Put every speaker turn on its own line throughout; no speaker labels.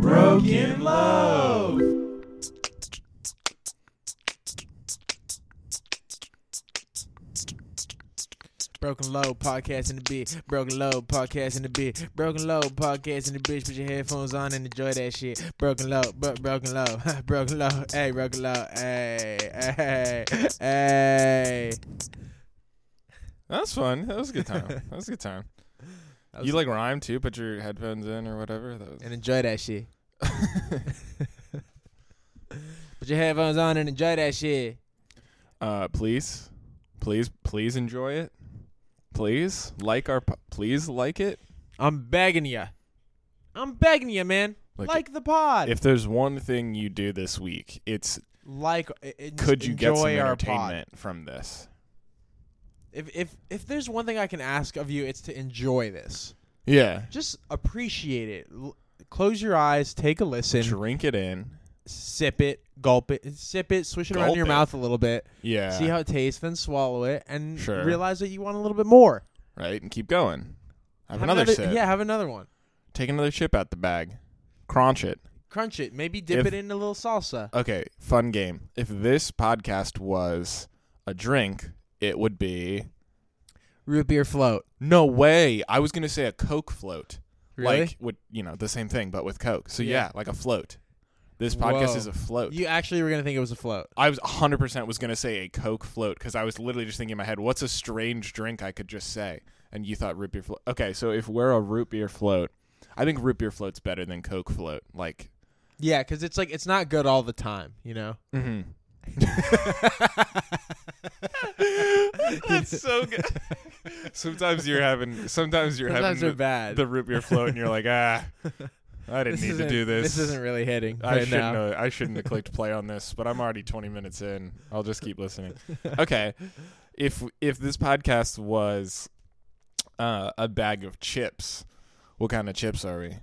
Broken Love.
Broken Low podcast in the bit. Broken Low podcast in the bit. Broken Low podcast in the bitch. Put your headphones on and enjoy that shit. Broken Low, bro- Broken Low, Broken Low. Hey, Broken Low. Hey, hey, hey.
That was fun. That was a good time. That was a good time.
That was-
You like rhyme too? Put your headphones in or whatever. That was.
and enjoy that shit. Put your headphones on and enjoy that shit.
Uh, please, please, please enjoy it. Please like our. Po- please like it.
I'm begging ya. I'm begging ya, man.
Like
Like, the pod.
If there's one thing you do this week, it's
like, it, it-
could you get some
enjoy our pod.
entertainment from this?
If if if there's one thing I can ask of you, it's to enjoy this.
Yeah.
Just appreciate it. L- close your eyes, take a listen,
Drink it in.
sip it, gulp it, sip it, swish it around in
Gulp
your
it.
mouth a little bit,
Yeah.
see how it tastes, then swallow it, and
Sure.
realize that you want a little bit more.
right, and keep going. Have, another, sip.
Yeah, have another one.
Take another chip out the bag. Crunch it.
Crunch it. Maybe dip
If-
it in a little salsa.
Okay, fun game. If this podcast was a drink, it would be
Root beer float.
no way. I was gonna say a Coke float,
Really?
like with you know the same thing but with Coke. So yeah,
Yeah.
like a float. This podcast
Whoa.
is a float.
you actually were gonna think it was a float.
I was 100% was going to say a Coke float because I was literally just thinking in my head, what's a strange drink I could just say? And you thought root beer float. Okay, so if we're a root beer float, I think root beer float's better than Coke float. Like,
Yeah, because it's like it's not good all the time, you know.
mm-hmm. that's so good. sometimes you're having, sometimes you're
Sometimes
having
they're
the,
bad.
the root beer float and you're like, ah, I didn't need to
isn't-
do this.
This isn't really hitting
I
right
shouldn't
now.
have, I shouldn't have clicked play on this, but I'm already 20 minutes in. I'll just keep listening. Okay. If if this podcast was uh, a bag of chips, what kind of chips are we?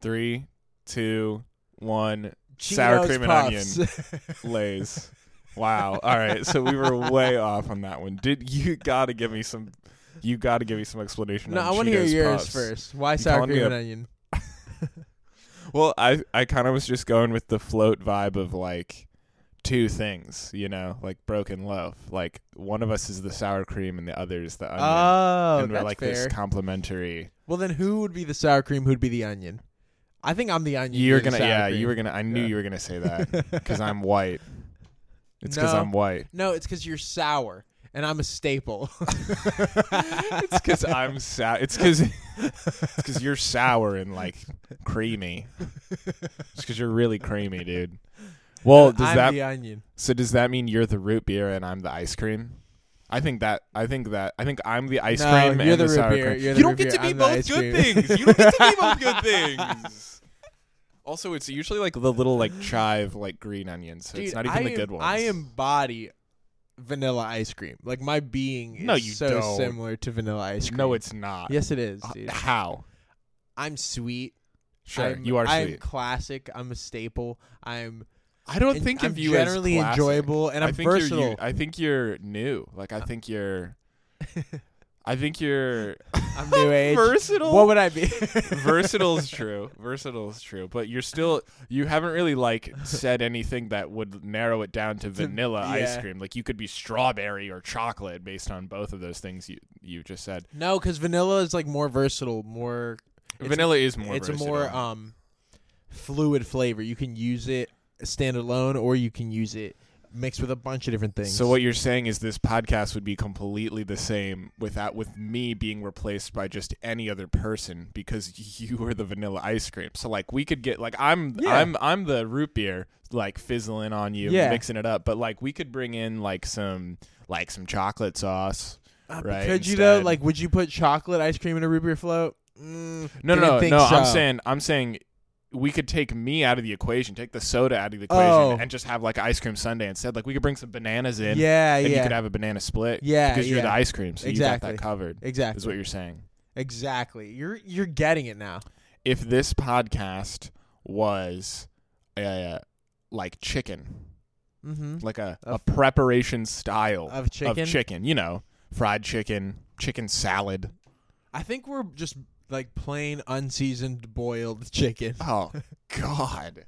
Three, two, one. Sour
Cheetos
cream and
Puffs.
Lays. Wow. All right. So we were way off on that one. Did you got to give me some? You got to give me some explanation.
no,
on
I want
Cheetos
to hear yours
Puffs.
first. Why sour
calling me
cream
a-
and onion?
Well, I I kind of was just going with the float vibe of like two things, you know, like broken loaf. Like one of us is the sour cream and the other is the onion.
Oh,
and we're
that's
like
fair.
this complimentary.
well, then who would be the sour cream? Who'd be the onion? I think I'm the onion.
You're
the
gonna,
sour
yeah, you
cream.
were gonna. I knew
Yeah.
you were gonna say that because I'm white. It's because
No.
I'm white.
No, it's because you're sour, and I'm a staple.
it's because I'm sour. It's because you're sour and like creamy. It's because you're really creamy, dude. Well, Oh, does
I'm
that
the onion?
So does that mean you're the root beer and I'm the ice cream? I think that I think that I think I'm the ice
No,
cream and
you're the
the,
root
sour
beer,
cream.
you're the
you don't
root
get
beer,
to be
I'm the
both
ice
good
cream.
things. You don't get to be both good things. Also, it's usually like the little like chive like green onions. So it's
Dude,
not even
I
the
am-
good ones.
I embody vanilla ice cream. Like my being is
No, you
so
don't.
similar to vanilla ice cream.
No, it's not. Uh,
yes, it is,
H-
dude.
How?
I'm sweet.
Sure,
I'm,
you are
I'm
sweet.
classic. I'm a staple. I'm.
I don't
en-
think
I'm
of you as
generally
classic.
enjoyable, and
I
I'm
think
versatile. Uh,
You're, you, I think you're new. Like I think you're. I think you're.
I'm new age.
Versatile.
What would I be?
versatile is true. Versatile is true. But you're still you haven't really like said anything that would narrow it down to vanilla ice
yeah.
cream. Like you could be strawberry or chocolate based on both of those things you you just said.
no, because vanilla is like more versatile, more. It's-
vanilla is more.
it's
versatile.
a more um, fluid flavor. You can use it standalone, or you can use it mixed with a bunch of different things.
So what you're saying is this podcast would be completely the same without with me being replaced by just any other person because you were the vanilla ice cream. So like we could get like I'm
Yeah.
I'm I'm the root beer like fizzling on you,
Yeah.
mixing it up. But like we could bring in like some like some chocolate sauce.
Uh,
right,
could you though?
instead.
Like, would you put chocolate ice cream in a root beer float? Mm,
No,
didn't
no, no,
think
no. I'm
so.
saying I'm saying we could take me out of the equation, take the soda out of the equation,
Oh.
and just have like ice cream sundae instead. Like we could bring some bananas in.
Yeah,
And
yeah,
you could have a banana split.
Yeah,
Because you're
yeah.
the ice cream, so you
Exactly.
got that covered. Is
exactly,
what you're saying.
exactly. You're you're getting it now.
If this podcast was uh, like chicken,
Mm-hmm.
like a, a
Of-
preparation style
Of chicken?
you know, fried chicken, chicken salad.
I think we're just like plain unseasoned boiled chicken.
Oh God!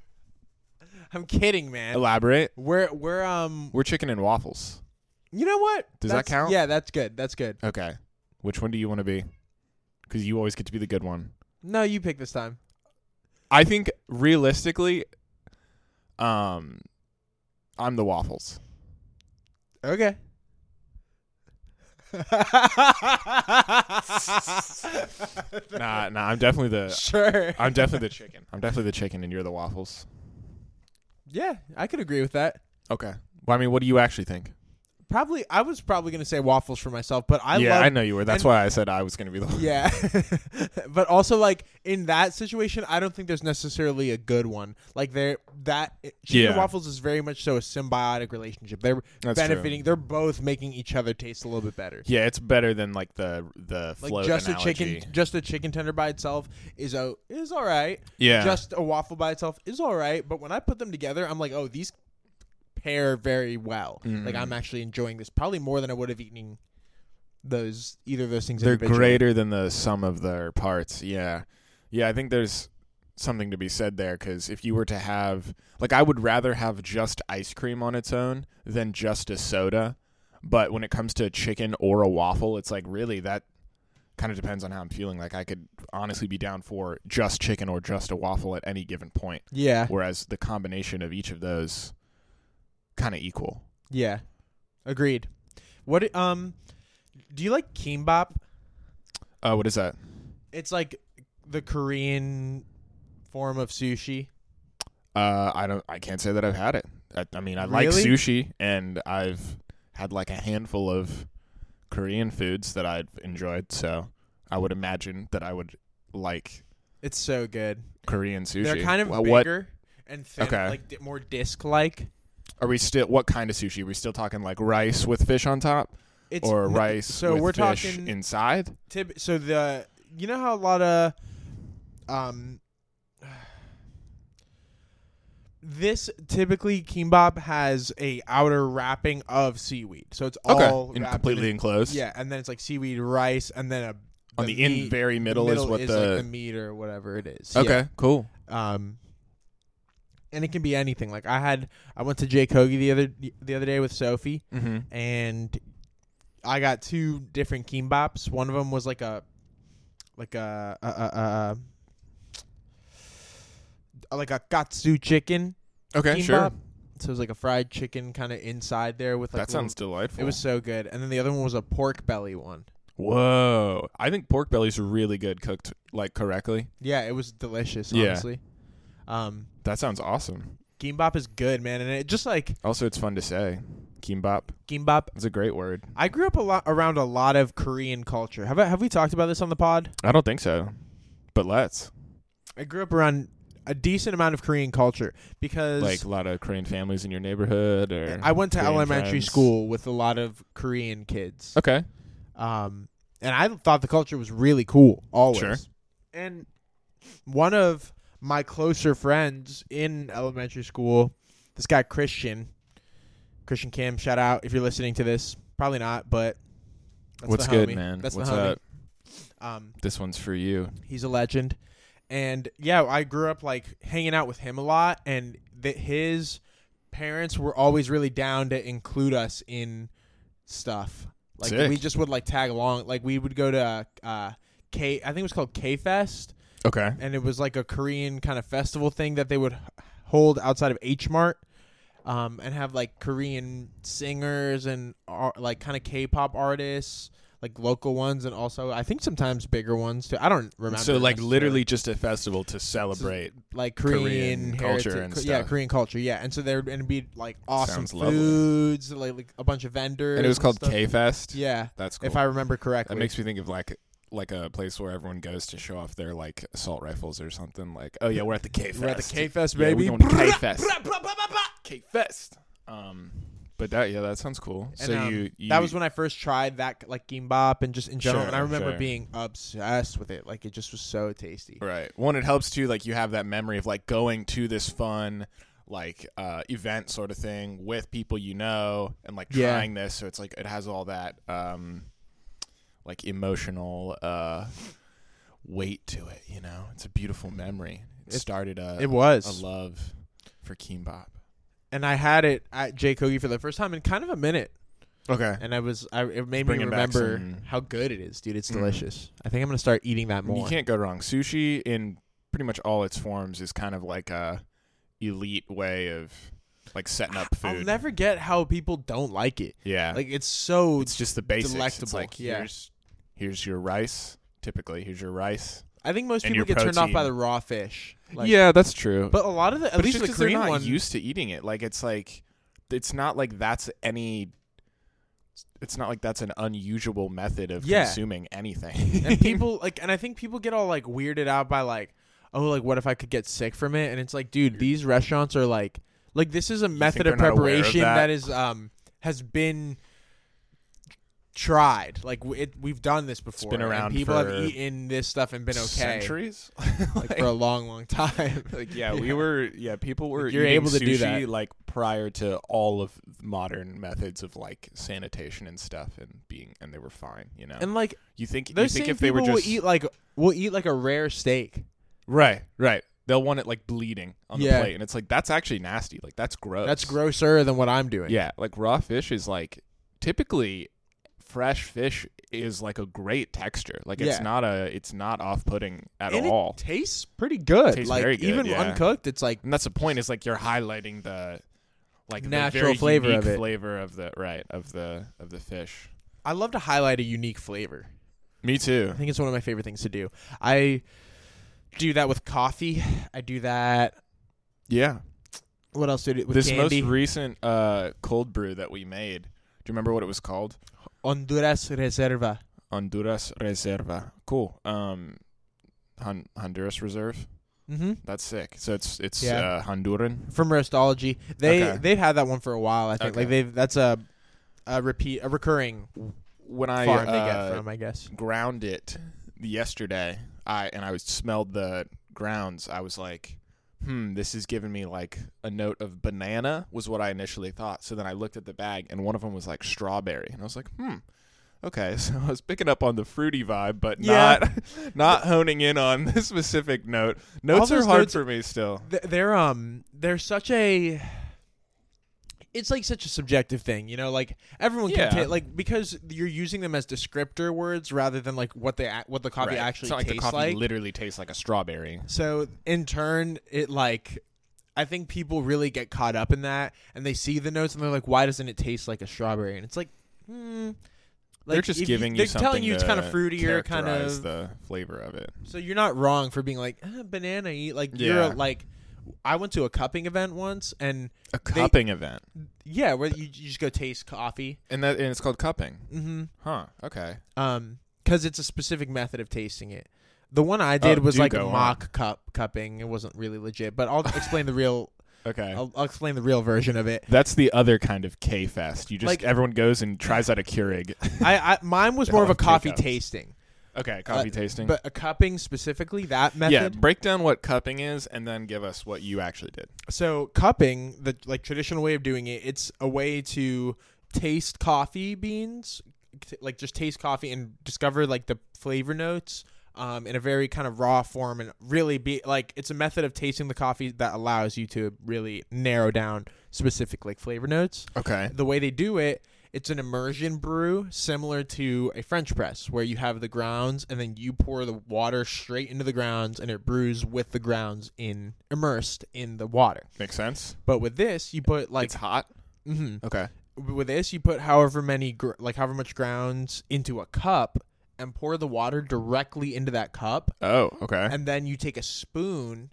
I'm kidding, man.
Elaborate.
We're we're um
We're chicken and waffles.
you know what?
Does that
That's-
count?
Yeah, that's good. That's good.
Okay. Which one do you want to be? Because you always get to be the good one.
No, you pick this time.
I think realistically, um, I'm the waffles.
Okay.
Nah, nah. I'm definitely the.
Sure.
I'm definitely the chicken. I'm definitely the chicken, and you're the waffles.
Yeah, I could agree with that.
Okay. Well, I mean, what do you actually think?
Probably, I was probably gonna say waffles for myself, but I
yeah,
love.
I know you were. That's
and-
why I said I was going to be the one.
Yeah, but also like in that situation, I don't think there's necessarily a good one. Like there, that chicken and
Yeah.
waffles is very much so a symbiotic relationship. They're
That's true.
benefiting. They're both making each other taste a little bit better.
Yeah, it's better than like the the
Like
float
just
analogy.
a chicken, just a chicken tender by itself is a is all right.
Yeah.
Just a waffle by itself is all right. But when I put them together, I'm like, oh, these pair very well. Like
Mm.
I'm actually enjoying this probably more than I would have eaten those either of those things.
They're
individually.
greater than the sum of their parts. Yeah. Yeah, I think there's something to be said there cuz if you were to have like I would rather have just ice cream on its own than just a soda, but when it comes to a chicken or a waffle, it's like really that kind of depends on how I'm feeling. Like I could honestly be down for just chicken or just a waffle at any given point,
Yeah.
whereas the combination of each of those kind of equal.
Yeah. Agreed. What um do you like kimbap?
Oh, what is that?
It's like the Korean form of sushi.
Uh, I don't. I can't say that I've had it. I, I mean, I like
Really?
sushi, and I've had like a handful of Korean foods that I've enjoyed. So I would imagine that I would like
It's so good.
Korean sushi.
They're kind of
Wha- what,
bigger and thin,
Okay.
like di- more disc-like.
are we still? What kind of sushi? Are we still talking like rice with fish on top,
It's
or
n-
rice
so
with
we're
fish
talking-
inside?
Tib- so the you know how a lot of um this typically kimbap has a outer wrapping of seaweed, so it's all
Okay,
wrapped in
in
a-
completely enclosed.
Yeah, and then it's like seaweed rice, and then a
On the, in
meat-
very middle, is what
like,
the.
the meat or whatever it is.
okay, cool.
Yeah. Um, and it can be anything. Like I had, I went to Jake Hoagie the other the other day with Sophie,
Mm-hmm.
and I got two different kimbaps. One of them was like a, like a, a, a, a like a katsu chicken
Okay,
kimbap.
sure.
So it was like a fried chicken kind of inside there with like
that
little-
sounds delightful.
It was so good. And then the other one was a pork belly one.
Whoa! I think pork belly's really good cooked like correctly.
Yeah, it was delicious.
Yeah.
Honestly, um,
That sounds awesome.
Kimbap is good, man, and it just like
Also, it's fun to say. Kimbap.
Kimbap.
It's a great word.
I grew up a lot around a lot of Korean culture. Have I, have we talked about this on the pod?
I don't think so, but let's
I grew up around a decent amount of Korean culture because
like a lot of Korean families in your neighborhood, or
I went to
Korean
elementary
friends.
school with a lot of Korean kids.
Okay,
Um, and I thought the culture was really cool always.
Sure.
And one of my closer friends in elementary school, this guy Christian, Christian Kim, shout out if you're listening to this. Probably not, but that's
what's
the
good,
homie.
man?
That's
what's
the homie.
up?
Um,
This one's for you.
he's a legend, and yeah, I grew up like hanging out with him a lot, and that his parents were always really down to include us in stuff. Like
Sick.
we just would like tag along. Like we would go to uh, K, I think it was called K Fest,
Okay,
and it was like a Korean kind of festival thing that they would h- hold outside of H Mart. Um, and have like Korean singers and ar- like kind of K-pop artists, like local ones, and also I think sometimes bigger ones too. I don't remember.
so like
necessarily.
literally just a festival to celebrate.
like Korean,
Korean
heritage-
culture and
Ko- Yeah,
stuff.
Korean culture. Yeah, and so there would and be like awesome
Sounds lovely.
foods, like, like a bunch of vendors.
and it was called
stuff.
K Fest.
Yeah,
that's cool.
if I remember correctly.
that makes me think of like like a place where everyone goes to show off their like assault rifles or something. Like, oh yeah, we're at the K Fest.
We're at the K Fest,
Yeah,
baby.
we going to K Fest. K Fest. Um, but that yeah, that sounds cool. so
um,
you, you
that was when I first tried that like gimbap and just in general,
Sure,
and I remember
sure.
being obsessed with it. Like it just was so tasty.
right one. It helps too, like you have that memory of like going to this fun like uh event sort of thing with people you know and like
Yeah.
trying this. So it's like it has all that um like emotional uh. weight to it. You know, it's a beautiful memory. It,
It-
started a,
It
a
was.
love for Keem Bop.
And I had it at Jay Kogi for the first time in kind of a minute.
Okay,
And I was I it made me
bringing back
remember
some-
how good it is, dude. It's
Mm.
delicious. I think I'm gonna start eating that
you
more.
can't go wrong. Sushi in pretty much all its forms is kind of like a elite way of like setting up
I'll
food.
never get how people don't like it.
yeah,
Like it's so
it's just the basics. It's
delectable,
like
yeah.
here's here's your rice. Typically, here's your rice.
I think most
and
people
your
get turned off by
protein.
the raw fish. Like,
yeah, that's true.
But a lot of the at
But
least
it's
the
just 'cause they're
Korean
not
one
used to eating it. Like it's like it's not like that's any. It's not like that's an unusual method of
Yeah.
consuming anything.
and people like and I think people get all like weirded out by like oh like what if I could get sick from it and it's like dude these restaurants are like like this is a method
they're
of
not aware of
preparation
that?
that is um has been tried like w- it, we've done this before
been
and
around
people
for
have eaten this stuff and been okay
Centuries.
like for a long long time
Like, yeah, we were yeah people were
Like, you're
eating
able to do
sushi,
that.
like prior to all of modern methods of like sanitation and stuff and being and they were fine. You know,
and like
you think you
those same
think if
people
they were just
will eat like will eat like a rare steak
right right. They'll want it like bleeding on the
Yeah.
plate, and it's like that's actually nasty. Like that's gross.
that's grosser than what I'm doing
Yeah, like raw fish is like typically fresh fish is like a great texture. Like it's
Yeah.
not a it's not off putting at
and
all.
it tastes pretty good
Tastes
like
very good,
even
yeah.
uncooked it's like
and that's the point. Is like you're highlighting the like
Natural
the very
flavor
unique
of it.
flavor of the right of the of the fish.
I love to highlight a unique flavor.
Me too.
I think it's one of my favorite things to do. I do that with coffee. I do that.
Yeah.
What else do I do with
this
candy?
most recent uh, cold brew that we made. Do you remember what it was called?
Honduras Reserva.
Honduras Reserva. Cool. Um, Hon- Honduras Reserve.
Mm-hmm.
That's sick. So it's it's
Yeah.
uh, Honduran.
From Roastology, they
Okay.
they've had that one for a while. I think
Okay.
like they've that's a a repeat a recurring
When I
farm they
uh,
get from. I guess
ground it yesterday i and i was smelled the grounds i was like hmm this is giving me like a note of banana was what i initially thought so then i looked at the bag and one of them was like strawberry and i was like hmm okay so i was picking up on the fruity vibe but
Yeah.
not not honing in on this specific note notes are
those
hard
notes-
for me still
Th- they're um they're such a it's like such a subjective thing you know like everyone
Yeah.
can ta- like because you're using them as descriptor words rather than like what they ac- what the coffee
Right.
actually
it's not like the
tastes
coffee
like
literally tastes like a strawberry
so in turn it like i think people really get caught up in that and they see the notes and they're like why doesn't it taste like a strawberry and it's like hmm
they're just
if
giving you
they're
something
telling you it's
to
kind of fruitier kind
characterize
of
the flavor of it
so you're not wrong for being like eh, banana eat like
Yeah.
you're like i went to a cupping event once and
a
They-
cupping event
Yeah, where you, you just go taste coffee.
And that and it's called cupping.
Mm-hmm.
Huh. Okay.
Um, because it's a specific method of tasting it. The one I did
Oh,
was
do
like
go on.
mock cup cupping. It wasn't really legit, but I'll explain the real.
Okay.
I'll, I'll explain the real version of it.
That's the other kind of K fest. You just
Like-
everyone goes and tries out a Keurig.
I, I mine was
They
more of
all have
a coffee
takeouts.
tasting,
Okay, coffee tasting.
but a cupping specifically that
yeah,
method.
break down what cupping is and then give us what you actually did.
So cupping, the like traditional way of doing it, it's a way to taste coffee beans, t- like just taste coffee and discover like the flavor notes um, in a very kind of raw form, and really be like it's a method of tasting the coffee that allows you to really narrow down specific like flavor notes.
Okay.
The way they do it, it's an immersion brew similar to a French press where you have the grounds and then you pour the water straight into the grounds and it brews with the grounds in immersed in the water.
Makes sense.
But with this, you put like
it's hot.
mhm.
Okay.
with this you put however many gr- like however much grounds into a cup and pour the water directly into that cup
Oh, okay.
and then you take a spoon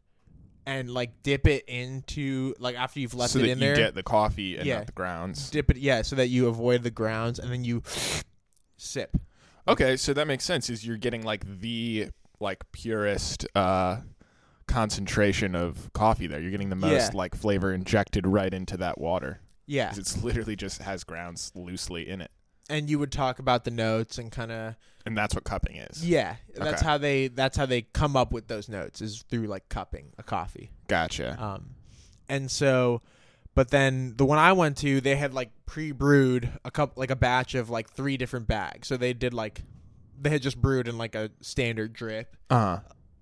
and like dip it into like after you've left
so
it
that
in
you
there
get the coffee and
Yeah.
not the grounds.
dip it yeah so that you avoid the grounds and then you sip
Okay, so that makes sense. Is you're getting like the like purest uh concentration of coffee there. You're getting the most
Yeah.
like flavor injected right into that water.
yeah
'Cause It's literally just has grounds loosely in it.
and you would talk about the notes and kind of
and that's what cupping is.
yeah that's
Okay.
how they that's how they come up with those notes is through like cupping a coffee
Gotcha.
Um, and so, but then the one I went to, they had like pre-brewed a cup, like a batch of like three different bags. So they did like they had just brewed in like a standard drip
Uh-huh.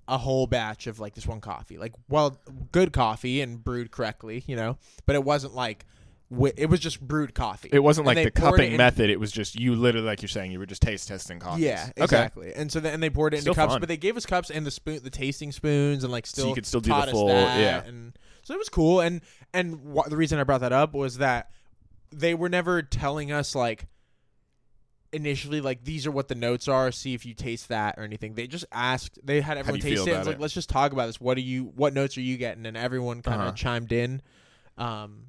a whole batch of like this one coffee, like well, good coffee and brewed correctly, you know. But it wasn't like wi- it was just brewed coffee.
It wasn't
And
like
they
the
poured it
cupping
in-
method. It was just you literally, like you're saying, you were just taste testing coffee.
Yeah,
Okay.
exactly. And so then and they poured it into
Still
cups,
fun.
but they gave us cups and the spoon, the tasting spoons, and like still
you could still do the
taught us
full-
that,
yeah.
And so it was cool. And and wh- the reason I brought that up was that they were never telling us like initially like these are what the notes are. See if you taste that or anything. They just asked. They had everyone
you feel
taste it. And
about
was like
it?
let's just talk about this. What do you? What notes are you getting? And everyone kind of
Uh-huh.
chimed in. Um,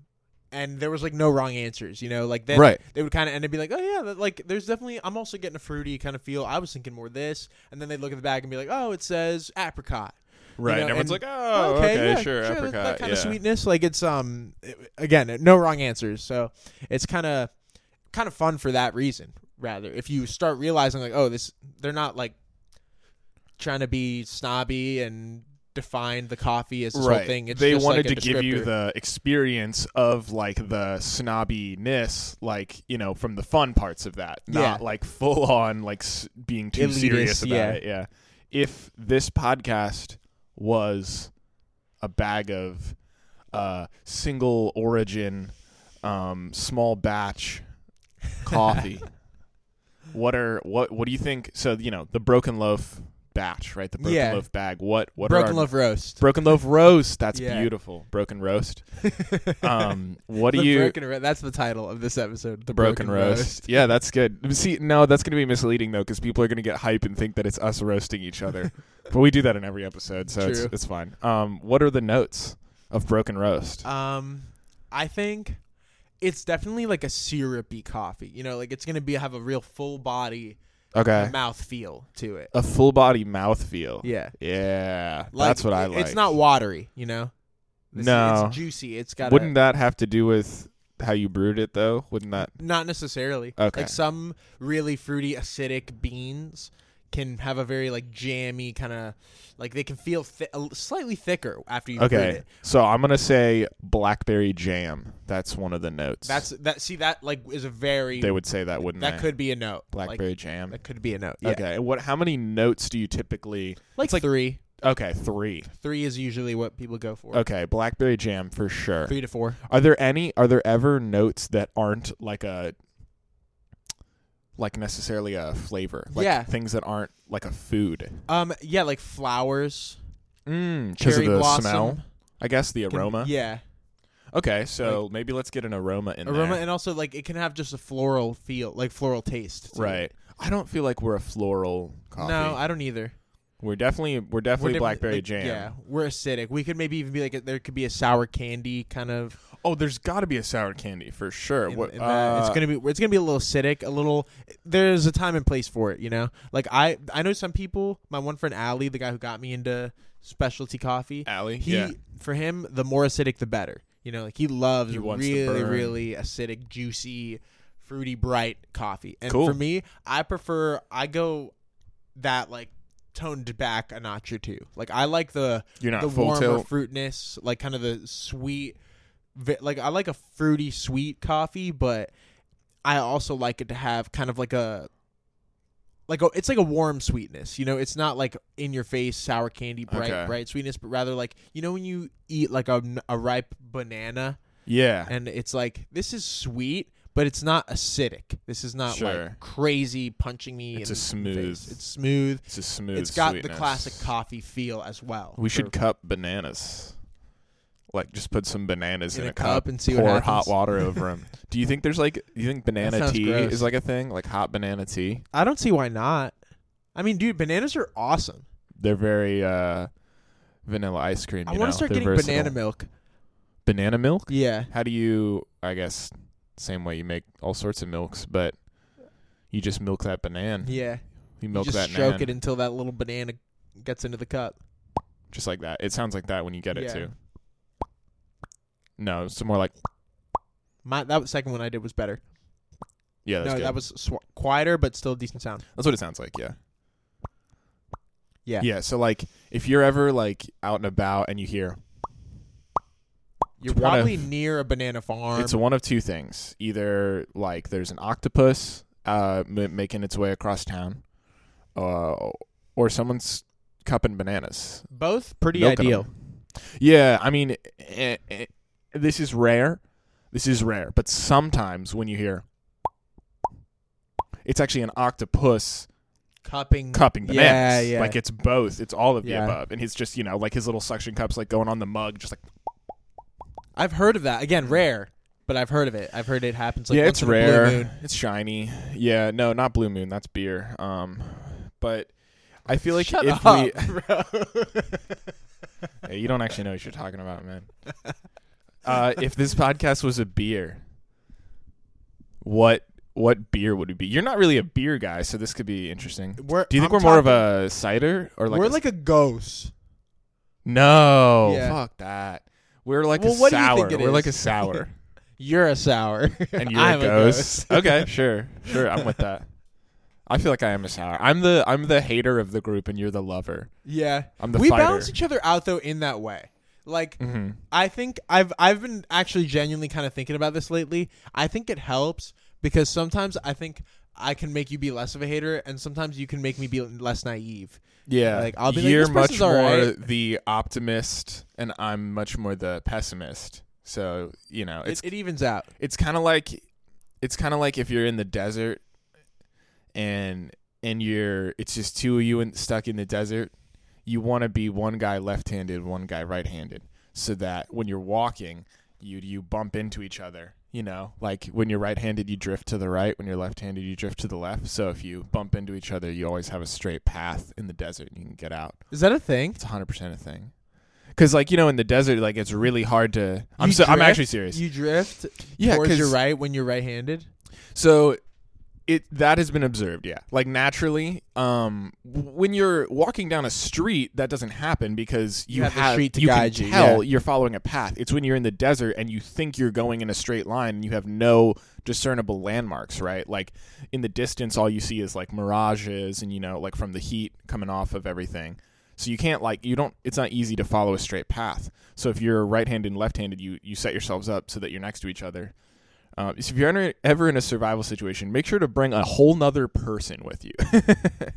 and there was like no wrong answers, you know, like they,
Right.
they would kind of end up being like, oh yeah, that- like there's definitely, I'm also getting a fruity kind of feel. I was thinking more this, and then they look at the bag and be like, oh, it says apricot. You
Right.
know,
and everyone's
and-
like, oh, okay,
yeah,
sure,
that-
apricot.
That, kind
yeah.
of sweetness, like it's um, it- again, no wrong answers. So it's kind of, kind of fun for that reason. Rather, if you start realizing like, oh, this, they're not like trying to be snobby and define the coffee as this
right.
whole thing. It's
they
just
wanted
like
to
a
give you
descriptor.
the experience of like the snobbiness, like you know, from the fun parts of that, not
Yeah.
like full on like s- being too
Elitist,
serious about
yeah.
it. Yeah. If this podcast was a bag of uh, single origin, um, small batch coffee. What are what what do you think? So you know the broken loaf batch, right? The broken
Yeah.
loaf bag. What what are
broken
our-
love roast.
Broken loaf roast. That's
Yeah.
beautiful. Broken roast. Um, what do
The
you?
broken ro- that's the title of this episode. The
broken, roast. Yeah, that's good. See, no, that's going to be misleading though, because people are going to get hype and think that it's us roasting each other. but we do that in every episode, so it's
True.
it's fine. Um, what are the notes of broken roast?
Um, I think it's definitely like a syrupy coffee. You know, like it's gonna be have a real full body
okay,
mouth feel to it.
a full body mouth feel.
Yeah,
Yeah,
like,
that's what I
it-
like.
It's not watery. You know, This-
No.
it's juicy. It's got.
Wouldn't that have to do with how you brewed it though? Wouldn't that?
not necessarily.
Okay.
Like some really fruity acidic beans can have a very like jammy kind of like they can feel thi- a- slightly thicker after you brewed
Okay,
it.
so I'm gonna say blackberry jam. That's one of the notes.
That's that. See that like is a very
they would say that, wouldn't
that
they?
could be a note. Like,
blackberry jam.
that could be a note. Yeah.
Okay, and what? How many notes do you typically?
Like,
It's like-
three.
Okay, three.
Three is usually what people go for.
Okay, blackberry jam for sure.
Three to four.
Are there any? Are there ever notes that aren't like a, like necessarily a flavor? Like
Yeah.
things that aren't like a food.
Um, yeah, like flowers,
Mm, because of
cherry
the
blossom.
smell. I guess the
can-
aroma.
yeah,
Okay, so maybe let's get an aroma in
aroma,
there.
and also like it can have just a floral feel, like floral taste. to it.
right. I don't feel like we're a floral coffee.
No, I don't either.
we're definitely we're definitely
definitely-
blackberry
like,
jam.
Yeah, we're acidic. We could maybe even be like a, there could be a sour candy kind of.
Oh, there's got to be a sour candy for sure.
in-
what,
in that. it's
uh,
gonna be it's gonna be a little acidic, a little. There's a time and place for it, you know. Like I I know some people. My one friend Ali, the guy who got me into specialty coffee,
Alley.
he
yeah.
for him the more acidic the better you know like he loves
He wants to
really
burn.
really acidic juicy fruity bright coffee and
Cool.
for me i prefer i go that like toned back a notch or two like i like the
You're not
the
full
warmer
tilt.
fruitness like kind of the sweet vi- like i like a fruity sweet coffee but i also like it to have kind of like a like a, it's like a warm sweetness, you know. It's not like in your face sour candy, bright
Okay.
bright sweetness, but rather like you know when you eat like a, a ripe banana,
yeah.
and it's like this is sweet, but it's not acidic. This is not
Sure.
like crazy punching me.
It's
in
a
the face.
smooth-
It's smooth.
It's a smooth.
it's got the
sweetness.
classic coffee feel as well.
We
for-
should cup bananas. Like just put some bananas in,
In a cup and see what
pour
happens.
hot water over them. Do you think there's like? Do you think banana
sounds
tea
gross.
is like a thing? Like hot banana tea?
I don't see why not. I mean, dude, bananas are awesome.
They're very uh, vanilla ice cream.
I
you
want
know?
to start
They're
getting
versatile.
banana milk.
Banana milk.
Yeah.
How do you? I guess same way you make all sorts of milks, but you just milk that banana.
Yeah.
You
You
milk
just
that
stroke
nan.
it until that little banana gets into the cup.
just like that. It sounds like that when you get it
Yeah.
too. No, it's more like
My that was- second one I did was better.
yeah. That's
no,
good.
that was sw- quieter but still decent sound.
That's what it sounds like, yeah.
Yeah.
Yeah, so like if you're ever like out and about and you hear
You're
It's one
probably
of-
near a banana farm.
it's one of two things. Either like there's an octopus uh m- making its way across town uh, or someone's cupping bananas.
Both pretty
Milking 'em.
ideal.
Yeah, I mean, eh, eh, this is rare. This is rare, but sometimes when you hear, it's actually an octopus
Cupping.
cupping
Yeah,
bananas.
yeah.
Like it's both. It's all of
Yeah.
the above, and he's just you know like his little suction cups like going on the mug, just like
I've heard of that. Again, rare, but I've heard of it. I've heard it happens. Like
yeah,
once
it's
in a blue
rare.
moon.
It's shiny. Yeah, no, not blue moon. That's beer. Um, but I feel like
Shut
if
up,
we,
bro.
Hey, you don't actually know what you're talking about, man. Uh, if this podcast was a beer, what what beer would it be? You're not really a beer guy, so this could be interesting.
We're-
Do you think
I'm
we're more of
talking-
a cider or like
we're
a,
like a ghost.
no?
Yeah.
Fuck that. We're like
Well,
a
what do you
sour.
think it
we're like a
is?
sour,
You're a sour,
and you're
I'm
a ghost. okay, sure, sure. I'm with that. I feel like I am a sour. I'm the I'm the hater of the group, and you're the lover.
Yeah,
I'm the
we
fighter.
balance each other out though in that way. Like
hmm
I think I've I've been actually genuinely kind of thinking about this lately. I think it helps because sometimes I think I can make you be less of a hater, and sometimes you can make me be less naive.
Yeah,
Like, I'll be like,
you're
"This
much
person's
more
alright."
the optimist, and I'm much more the pessimist. So you know,
It,
it's
it evens out.
it's kind of like it's kind of like if you're in the desert, and and you're it's just two of you in, stuck in the desert. You want to be one guy left-handed, one guy right-handed, so that when you're walking, you you bump into each other. You know, like when you're right-handed, you drift to the right. When you're left-handed, you drift to the left. So if you bump into each other, you always have a straight path in the desert, and you can get out.
Is that a thing?
It's hundred percent a thing. Cause like you know in the desert like it's really hard to. I'm
You
so, I'm
drift?
actually serious.
You drift
Yeah,
towards
'cause-
your right when you're right-handed.
So it that has been observed. Yeah, like naturally, um, w- when you're walking down a street, that doesn't happen because you,
You have the street to
you can
guide you,
tell you're following a path. It's when you're in the desert and you think you're going in a straight line and you have no discernible landmarks. Right, like in the distance, all you see is like mirages and you know like from the heat coming off of everything. So you can't like you don't. It's not easy to follow a straight path. So if you're right-handed and left-handed, you you set yourselves up so that you're next to each other. Um, so if you're ever- ever in a survival situation, make sure to bring a whole nother person with you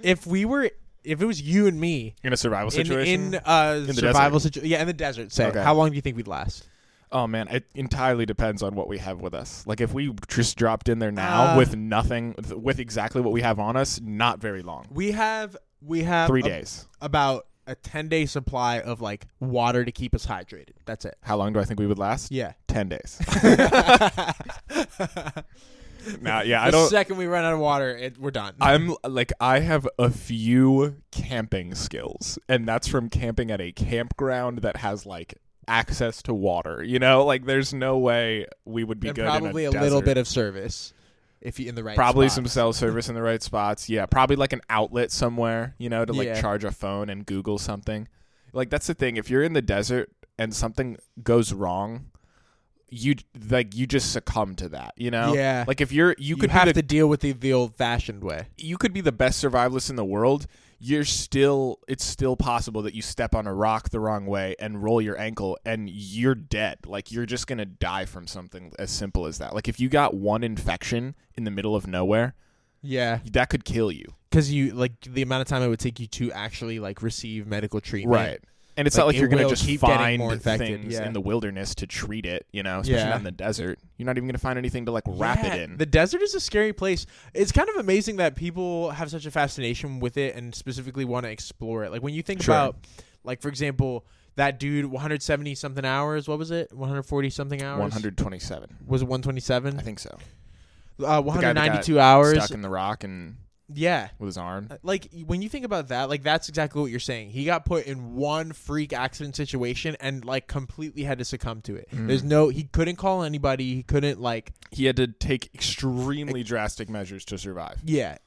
If we were, if it was you and me
in a survival
in
situation.
in uh
the
survival situation, yeah, in the desert. Say,
Okay.
how long do you think we'd last?
oh man, it entirely depends on what we have with us. Like if we just dropped in there now
Uh,
with nothing, with- with exactly what we have on us, not very long.
We have we have
Three
a-
days.
about a ten day supply of like water to keep us hydrated. That's it.
How long do I think we would last?
Yeah.
Ten days.
the
nah, yeah, I don't.
second we run out of water, it, we're done.
I'm like I have a few camping skills, and that's from camping at a campground that has like access to water. You know, like there's no way we would be
and
good.
probably
in
a, little
desert.
bit of service if you in the right.
probably
spot.
some cell service in the right spots. Yeah, probably like an outlet somewhere, you know, to like
Yeah.
charge a phone and Google something. Like that's the thing. If you're in the desert and something goes wrong, you like you just succumb to that, you know.
Yeah.
Like if you're you,
You,
could be
have
the-
to deal with the, the old fashioned way.
you could be the best survivalist in the world. You're still it's still possible that you step on a rock the wrong way and roll your ankle and you're dead. Like you're just going to die from something as simple as that. Like if you got one infection in the middle of nowhere,
Yeah,
that could kill you.
because you like the amount of time it would take you to actually like receive medical treatment.
Right. And it's
Like,
not like
it
you're going
will
to just
keep getting
find
more infected,
things
yeah.
in the wilderness to treat it, you know, especially
Yeah.
not in the desert. You're not even going to find anything to like wrap
Yeah,
it in.
The desert is a scary place. It's kind of amazing that people have such a fascination with it and specifically want to explore it. Like when you think
Sure.
about, like for example, that dude 170 something hours. What was it? 140 something hours.
127.
was it
I
127?
think so.
Uh,
guy that got
192 hours. Uh,
Stuck in the rock and
Yeah.
with his arm.
Like when you think about that, like that's exactly what you're saying. He got put in one freak accident situation and like completely had to succumb to it.
Mm.
There's no he couldn't call anybody. He couldn't like
He had to take extremely drastic measures to survive.
Yeah.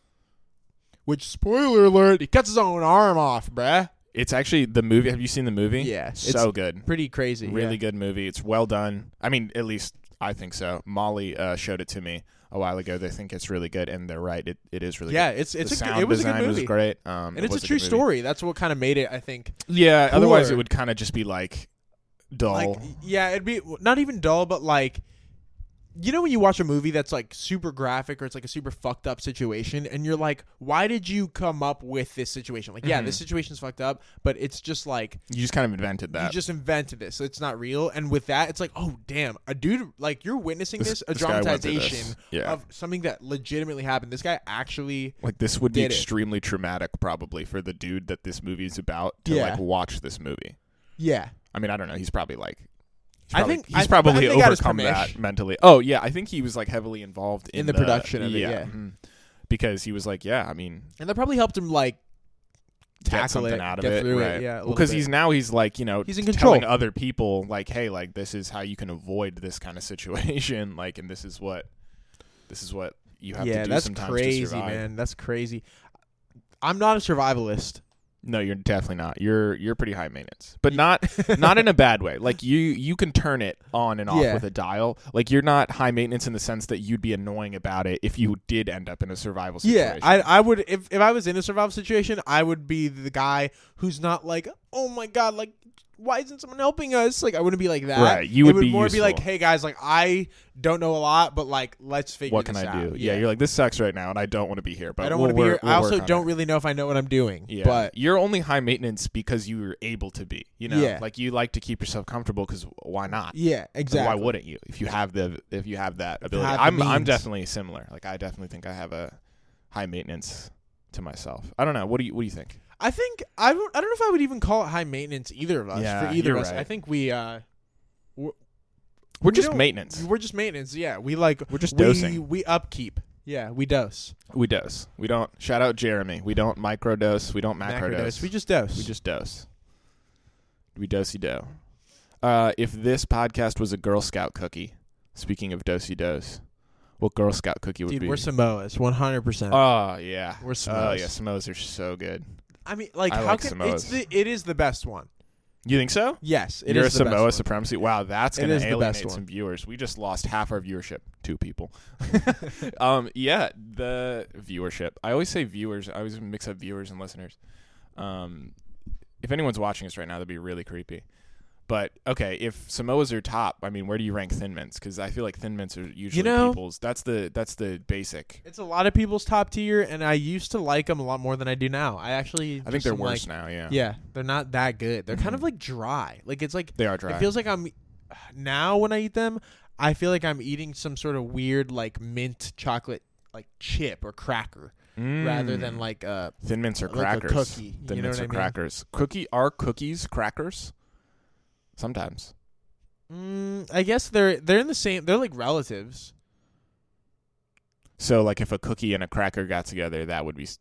Which spoiler alert, he cuts his own arm off, bruh.
It's actually the movie. Have you seen the movie?
Yeah, it's
So good.
Pretty crazy.
Really
yeah.
good movie. It's well done. I mean, at least I think so. Molly uh, showed it to me a while ago. They think it's really good, and they're right. It, it is really
yeah,
good.
it's it's
the
a
sound
good, it was a
design
good movie.
was great. Um,
And
it
it's
was
a true
good movie.
story. That's what kind of made it, I think.
Yeah, otherwise it
Cooler.
would kind of just be like dull.
Like yeah, it'd be not even dull, but like you know when you watch a movie that's like super graphic or it's like a super fucked up situation and you're like, why did you come up with this situation? Like, yeah,
Mm-hmm.
this situation's fucked up, but it's just like
You just kind of invented
you
that.
just invented this. So it's not real. And with that, it's like, oh damn, a dude like you're witnessing this,
This-
a
this guy went through this.
dramatization
Yeah.
of something that legitimately happened. This guy actually
like this would be
did it.
extremely traumatic probably for the dude that this movie is about to
Yeah.
like watch this movie.
Yeah.
I mean, I don't know. He's probably like he's
I
probably,
think- I
he's
think- I
probably
think they got his
overcome that
permission.
mentally. Oh yeah, I think he was like heavily involved in,
In the production of it, yeah.
mhm. Because he was like, yeah, I mean,
And that probably helped him like
get
tackle
something
it,
out of
get
it,
through it,
right?
yeah, a little
because
bit.
he's now he's like you know
He's in
telling
control.
other people like, hey, like this is how you can avoid this kind of situation, like, and this is what this is what you have
Yeah,
to do
that's
sometimes to
crazy,
survive.
man. That's crazy. I'm not a survivalist.
No, you're definitely not. You're you're pretty high maintenance, but not not in a bad way. Like you you can turn it on and off
Yeah.
with a dial. Like you're not high maintenance in the sense that you'd be annoying about it if you did end up in a survival
Yeah,
situation.
I I would if if I was in a survival situation, I would be the guy who's not like, oh my god, like why isn't someone helping us? Like I wouldn't be like that.
Right, you
It
would
would
be
more be
useful.
like, hey guys, like I don't know a lot, but like let's figure.
what can
this
I do?
out."
Yeah. you're like this sucks right now, and I don't want to be here. But
I don't
we'll
want to be here.
work- we'll
I also
work on
don't
it."
really know if I know what I'm doing.
Yeah,
But
you're only high maintenance because you were able to be. You know,
Yeah.
like you like to keep yourself comfortable because why not?
yeah,
Like,
exactly.
Why wouldn't you if you have the if you have that ability?
have the
I'm I'm
means.
definitely similar. Like I definitely think I have a high maintenance to myself. I don't know. What do you what do you think?
I think I don't. I don't know if I would even call it high maintenance either of us.
Yeah,
for either
you're
of us,
right.
I think we uh
We're
We
just
don't-
maintenance.
we're just maintenance. Yeah, we like
We're just
we,
dosing.
We upkeep. Yeah, we dose.
We dose. We don't shout out Jeremy. We don't microdose. We don't macrodose.
Macrodose. We just dose.
we just dose. We dosey do. Uh, if this podcast was a Girl Scout cookie, speaking of dosey dose, what Girl Scout cookie would
Dude,
be?
we're Samoas, one hundred percent.
oh yeah.
We're
Oh
Samoas.
yeah, Samoas are so good.
I mean, like,
I
how
like
can it's
Samoas.
the it is the best one.
You think so?
Yes, it is
You're a
the best
Samoa
one.
supremacy. Wow, that's
It
going to
is the best
alienate
one.
some viewers. We just lost half our viewership. Two people. um, yeah, the viewership. I always say viewers. I always mix up viewers and listeners. Um, if anyone's watching us right now, that'd be really creepy. But okay, if Samoas are top, I mean, where do you rank Thin Mints? Because I feel like Thin Mints are usually
know-
people's. That's the that's the basic.
It's a lot of people's top tier, and I used to like them a lot more than I do now. I actually,
I think
just
they're
am
worse
like-
now. Yeah,
Yeah, they're not that good. They're kind of
Mhm.
like dry. Like it's like
they are dry.
it feels like I'm now when I eat them. I feel like I'm eating some sort of weird like mint chocolate like chip or cracker
Mm.
rather than like uh
Thin Mints are
like a
crackers.
cookie.
Thin
you know
mints
what I
are
mean?
crackers. Cookie are cookies crackers? Sometimes.
Mm, I guess they're they're in the same. They're like relatives.
So like if a cookie and a cracker got together, that would be s-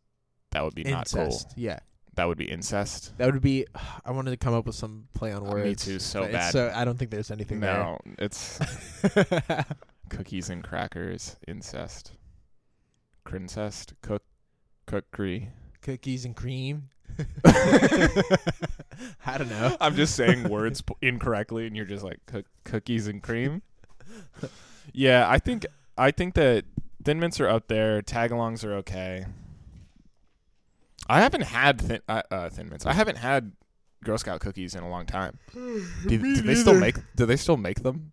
that would be not cool.
Incest. Yeah.
That would be incest.
That would be. I wanted to come up with some play on
Uh,
words.
me too, so
but it's
bad.
So I don't think there's anything
No, it's
there.
cookies and crackers, incest. Crincest, cook cookery.
Cookies and cream. I don't know.
I'm just saying words p- incorrectly, and you're just like cook, cookies and cream. yeah, I think I think that thin mints are up there. Tagalongs are okay. I haven't had thin uh, uh, thin mints. I haven't had Girl Scout cookies in a long time. Do, do they still make? Do they still make them?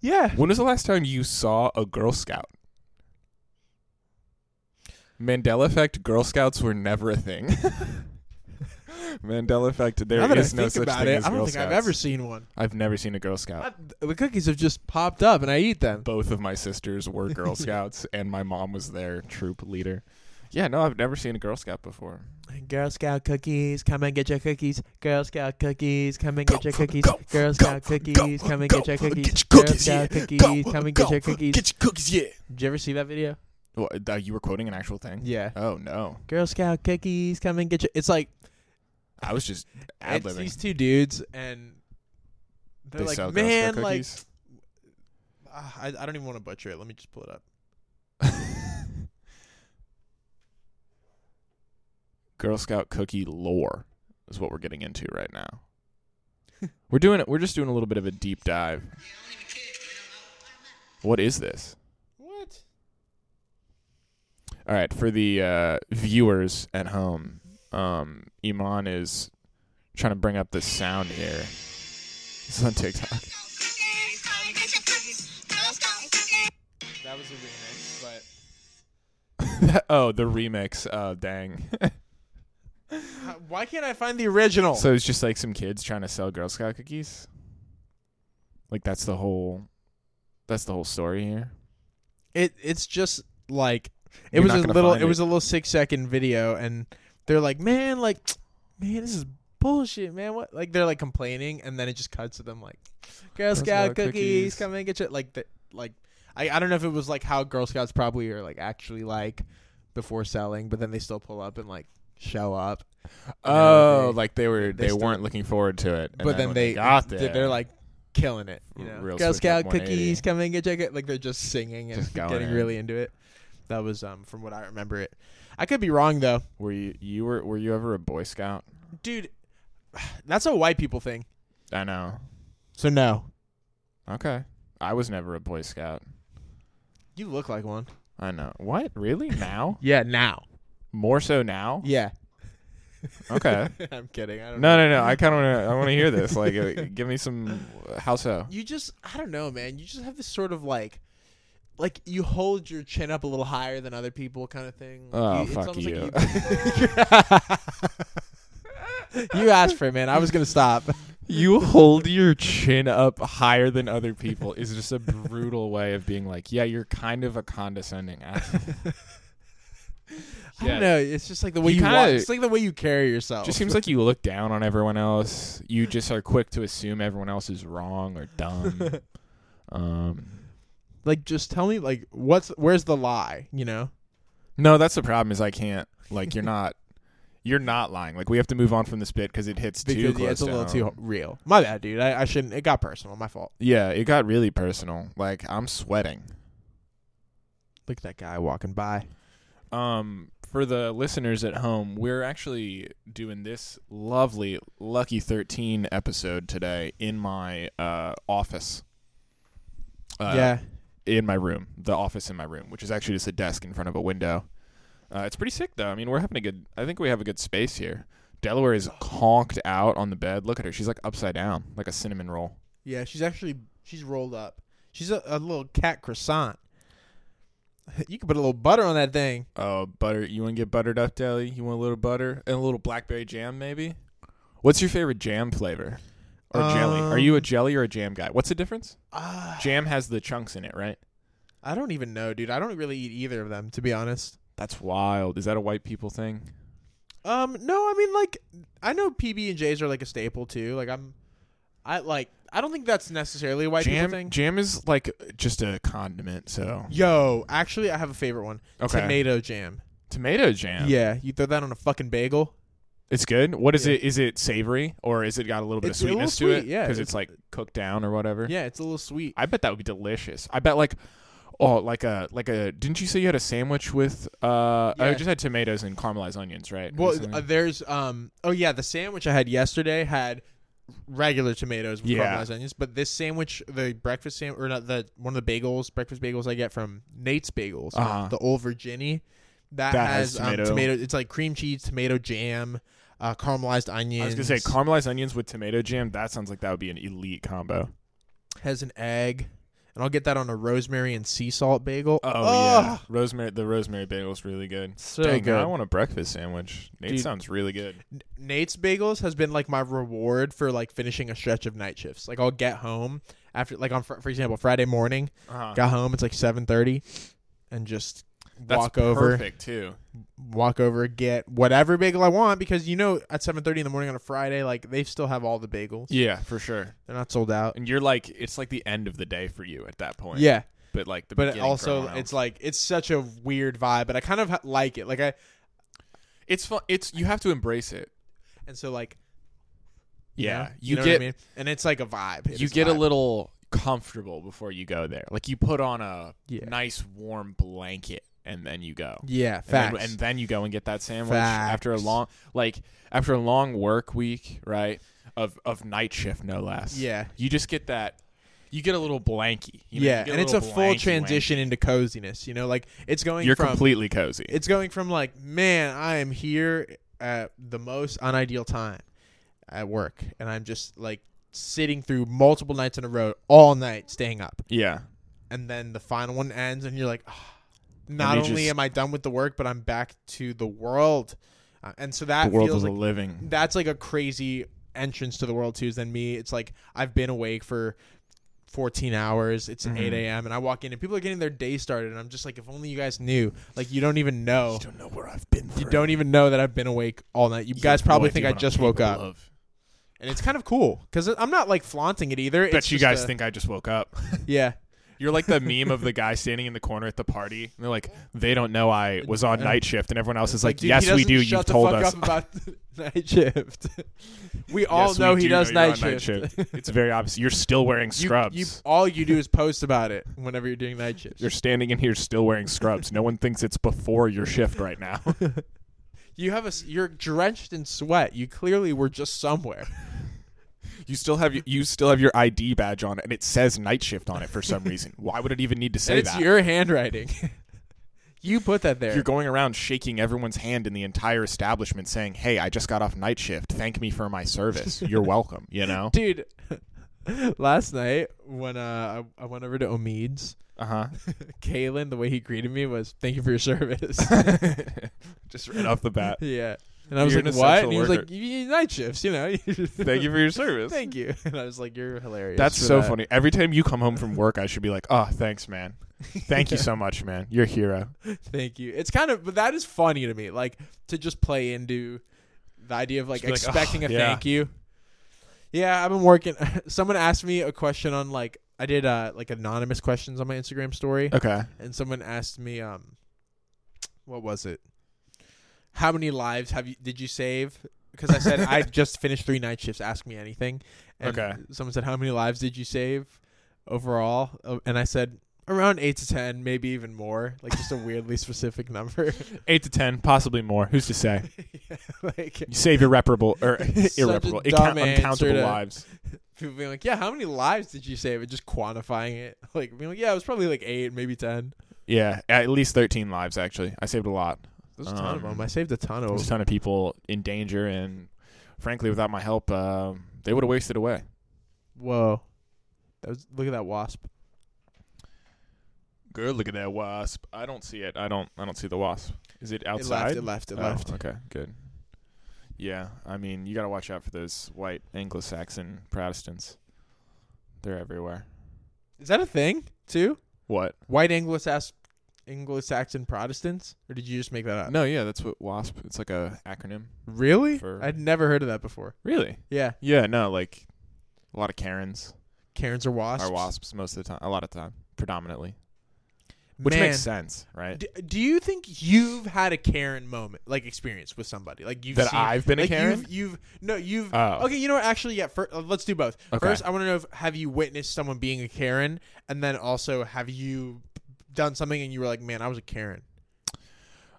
Yeah.
When was the last time you saw a Girl Scout? Mandela effect. Girl Scouts were never a thing. Mandela effect. There
now
is
that I
no
think
such
about
thing
it,
as
I don't
Girl
think I've
Scouts. Oh.
ever seen one.
I've never seen a Girl Scout.
I- the cookies have just popped up, and I eat them.
Both of my sisters were Girl Scouts, and my mom was their troop leader. Yeah, no, I've never seen a Girl Scout before.
Girl Scout cookies, come and get your cookies. Girl Scout cookies, come and
Go,
get your
go,
cookies.
go,
Girl
go,
Scout
go,
cookies, come and
go,
get your
go,
cookies.
get your
Girl
cookies,
Scout
yeah.
cookies,
Go,
come and get
go,
your cookies.
Get your cookies, yeah.
Did you ever see that video?
Well, uh, you were quoting an actual thing?
Yeah.
Oh no,
Girl Scout cookies, come and get your. It's like
I was just ad
it's
libbing.
these two dudes, and they're
They
like,
sell Girl
man,
Scout
like,
cookies.
ah, I, I don't even want to butcher it. Let me just pull it up.
Girl Scout cookie lore is what we're getting into right now. we're doing it. We're just doing a little bit of a deep dive. What is this?
What?
All right, for the uh, viewers at home, um, Iman is trying to bring up the sound here. This is on TikTok.
Girl Scout cookies, come and get your cookies. Girl Scout cookies,
that was a remix, but
oh, the remix. Oh, dang.
How- why can't I find the original?
so it's just like some kids trying to sell Girl Scout cookies. Like that's the whole. That's the whole story here.
it it's just like it
You're
was
not
a
gonna
little
find
it was a little six second video and they're like man like man this is bullshit man what like they're like complaining and then it just cuts to them like girl scout
Scout
cookies,
cookies.
come and get your like the, like I, I don't know if it was like how girl scouts probably are like actually like before selling but then they still pull up and like show up
Oh,
they-
like they were
they
they,
still-
weren't looking forward to it. and
but then
when
they,
got
they-
there.
they're like killing it you know
Real
girl
switch up
scout
180.
cookies come and get your coo- like they're just singing and
Just going
getting
in.
really into it that was um from what i remember it i could be wrong though
were you you were were you ever a Boy Scout?
dude that's a white people thing
I know.
so no
Okay, I was never a Boy Scout.
you look like one
I know. What really now?
yeah now
More so now?
yeah
Okay.
i'm kidding i don't
No,
know
no, no. I kind of want to. I want to hear this. Like, uh, give me some. How so?
you just i don't know man you just have this sort of like like you hold your chin up a little higher than other people kind of thing Like,
Oh,
you, it's
fuck
almost
you.
like you, you asked for it man i was gonna stop
You hold your chin up higher than other people is just a brutal way of being like, yeah, you're kind of a condescending asshole.
I don't know. It's just like the way
You
you, walk.
kinda-
It's like the way you carry yourself.
Just seems like you look down on everyone else. You just are quick to assume everyone else is wrong or dumb. um,
like just tell me like what's where's the lie? You know.
no, that's the problem. Is I can't. Like, you're not. You're not lying. Like, we have to move on from this bit because it hits too
Because
close.
yeah, it's a little
to
too
home.
real. My bad, dude. I, I shouldn't. It got personal. My fault.
Yeah, it got really personal. Like, I'm sweating.
Look at that guy walking by.
Um, for the listeners at home, we're actually doing this lovely Lucky 13 episode today in my uh, office. Uh,
yeah.
In my room, the office in my room, which is actually just a desk in front of a window. Uh, it's pretty sick, though. I mean, we're having a good, I think we have a good space here. Delaware is conked out on the bed. Look at her. She's like upside down, like a cinnamon roll.
Yeah. She's actually she's rolled up. She's a, a little cat croissant. You can put a little butter on that thing.
Oh, butter. You want to get buttered up, Deli? You want a little butter and a little blackberry jam, maybe? What's your favorite jam flavor? Or jelly? Are you a
Um,
jelly or a jam guy? What's the difference?
Ah,
Jam has the chunks in it, right?
I don't even know, dude. I don't really eat either of them, to be honest.
That's wild. Is that a white people thing?
Um, no, I mean like I know PB and J's are like a staple too. Like I'm, I like I don't think that's necessarily a white
jam,
people thing.
jam is like just a condiment. So
Yo, actually, I have a favorite one:
okay,
tomato jam.
tomato jam.
Yeah, you throw that on a fucking bagel.
it's good. What is
Yeah.
it? Is it savory or is it got a little bit
It's a
of
little
sweetness to
sweet,
it?
yeah.
because it's, like cooked down or whatever.
Yeah, it's a little sweet.
I bet that would be delicious. I bet like oh like a like a didn't you say you had a sandwich with uh oh,
Yeah.
it just had tomatoes and caramelized onions, right?
Well,
Recently?
uh, there's um. Oh yeah, the sandwich I had yesterday had regular tomatoes with
Yeah.
caramelized onions, but this sandwich, the breakfast sandwich, or not the one of the bagels, breakfast bagels I get from Nate's Bagels,
Uh-huh.
the Old Virginie, that,
That
has,
has
um,
tomato.
tomato. It's like cream cheese, tomato jam, uh, caramelized onions.
I was gonna say caramelized onions with tomato jam. That sounds like that would be an elite combo.
has an egg, and I'll get that on a rosemary and sea salt bagel.
Oh, yeah,
Ugh,
rosemary. The rosemary bagel is really good.
so
Dang,
good.
I want a breakfast sandwich. Nate
Dude.
sounds really good.
N- Nate's Bagels has been like my reward for like finishing a stretch of night shifts. Like I'll get home after like on fr- for example Friday morning,
Uh-huh.
got home it's like seven thirty, and just
That's
walk over,
perfect too.
walk over, get whatever bagel I want because you know at seven thirty in the morning on a Friday like they still have all the bagels.
Yeah, for sure.
They're not sold out.
And you're like, it's like the end of the day for you at that point.
Yeah,
but like the
but
beginning
also
for everyone
it's
else.
like it's such a weird vibe, but I kind of ha- like it. Like I
it's fun. It's you have to embrace it.
and so like
Yeah,
you, know what I mean? and it's like a vibe. It
you
is
get a
vibe.
little comfortable before you go there. Like you put on a
Yeah.
nice warm blanket and then you go.
yeah
And
facts
then, and then you go and get that sandwich after a
Facts.
long like after a long work week, right? Of of night shift no less.
yeah.
You just get that you get a little blanky. you know,
yeah,
you get
and it's a
little
full
blanky
transition into coziness. You know, like it's
wanky.
going
You're
from
completely cozy.
it's going from like, man, I am here at the most unideal time at work, and I'm just like sitting through multiple nights in a row all night, staying up,
yeah.
and then the final one ends, and you're like, "Ah." not
you
only
just-
am I done with the work, but I'm back to the world. Uh, and so
the
that
world
feels
of
like
the living.
that's like a crazy entrance to the world too. Is than me. It's like I've been awake for 14 hours. It's
Mhm.
8 a.m. and I walk in and people are getting their day started, and I'm just like, if only you guys knew. Like you don't even know.
don't know where I've been.
You don't even know that I've been awake all night. You guys probably think I just woke up, and it's kind of cool because I'm not like flaunting it either.
Bet
It's
you
just
guys
a-
think I just woke up.
yeah.
You're like the meme of the guy standing in the corner at the party, and they're like, "They don't know I was on
Yeah.
night shift," and everyone else is like,
dude, he
"Yes, we
doesn't
do.
Shut
You've
the
told
fuck
us."
up about night shift. we all
Yes, we
know "Oh, he
do
does
you're on
night shift.
it's very obvious. You're still wearing scrubs.
You, you, all you do is post about it whenever you're doing night shifts.
You're standing in here still wearing scrubs. No one thinks it's before your shift right now.
You have a s- you're drenched in sweat. You clearly were just somewhere.
You still have you still have your ID badge on, and it says night shift on it for some reason. Why would it even need to
and
say
it's
that?
your handwriting. you put that there.
You're going around shaking everyone's hand in the entire establishment, saying, "Hey, I just got off night shift. Thank me for my service. You're welcome." You know.
Dude, last night when uh I, I went over to Omid's,
Uh huh.
Kalen, the way he greeted me was "Thank you for your service."
just right off the bat.
yeah. And I was
You're an
like, "What?"
essential
And he was
worker.
like, "You- you night shifts, you know."
Thank you for your service.
Thank you. And I was like, "You're hilarious."
That's
for
so
that."
funny. Every time you come home from work, I should be like, "Oh, thanks, man. Thank you so much, man. You're a hero."
Thank you. It's kind of, but that is funny to me. Like to just play into the idea of like
Just be like,
expecting
"Ugh,
a
yeah."
thank you. Yeah, I've been working. Someone asked me a question on like I did uh, like anonymous questions on my Instagram story,
Okay.
and someone asked me, um, what was it? How many lives have you did you save? Because I said I just finished three night shifts. Ask me anything. And
Okay.
Someone said, how many lives did you save overall? Uh, And I said around eight to ten, maybe even more. Like just a weirdly specific number.
Eight to ten, possibly more. Who's to say?
Yeah, like
You save irreparable or
Such a
irreparable, Incount-
dumb answer
uncountable
to-
lives.
people being like, yeah, how many lives did you save? And just quantifying it. Like being like, yeah, it was probably like eight, maybe ten.
Yeah, at least thirteen lives actually. I saved a lot.
There's a ton of
Um,
them. I saved a ton of
There's a
them.
ton of people in danger, and frankly, without my help, um they would have wasted away.
Whoa. That was look at that wasp.
Good, look at that wasp. I don't see it. I don't. I don't see the wasp. Is it outside?
It left, it left,
Oh,
it left.
Okay, good. Yeah, I mean, you got to watch out for those white Anglo-Saxon Protestants. They're everywhere.
Is that a thing too?
What?
White Anglo Anglo Saxon Protestants? Or did you just make that up?
No, yeah, that's what WASP. It's like a acronym.
Really?
For-
I'd never heard of that before.
Really?
Yeah.
Yeah, no, like a lot of Karens
Karens are wasps.
are wasps most of the time. A lot of time, predominantly,
Which
which
Man,
makes sense, right?
d- do you think you've had a Karen moment, like experience with somebody? Like you've
that
seen
I've been
like,
a Karen.
You've, you've no you've
Oh.
Okay, you know what? Actually, yeah. First, let's do both.
Okay.
First, I want to know if have you witnessed someone being a Karen, and then also have you done something and you were like, "Man, I was a Karen."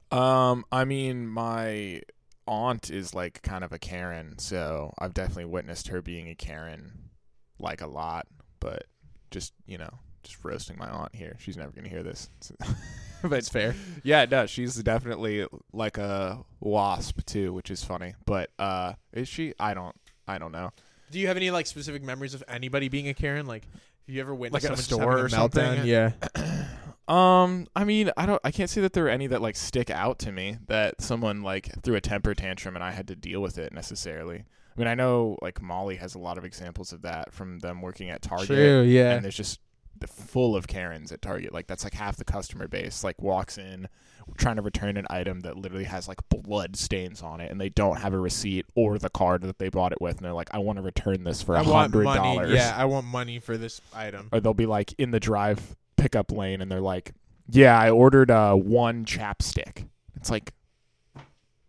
Um, I mean, my aunt is like kind of a Karen, so I've definitely witnessed her being a Karen, like a lot. But just you know, just roasting my aunt here. She's never gonna hear this.
That's fair.
yeah, no, she's definitely like a wasp too, which is funny. But uh, is she? I don't. I don't know.
Do you have any like specific memories of anybody being a Karen? Like, have you ever witnessed
Like at a
someone just having
store or something?
meltdown? Yeah.
Um, I mean, I don't. I can't say that there are any that like stick out to me that someone like threw a temper tantrum and I had to deal with it necessarily. I mean, I know like Molly has a lot of examples of that from them working at Target,
Yeah.
and there's just the full of Karens at Target. Like that's like half the customer base like walks in trying to return an item that literally has like blood stains on it, and they don't have a receipt or the card that they bought it with, and they're like, "I want to return this for a
I want
hundred
money.
dollars."
Yeah, I want money for this item.
or they'll be like in the drive pickup lane and they're like, "Yeah, I ordered uh, one chapstick." It's like,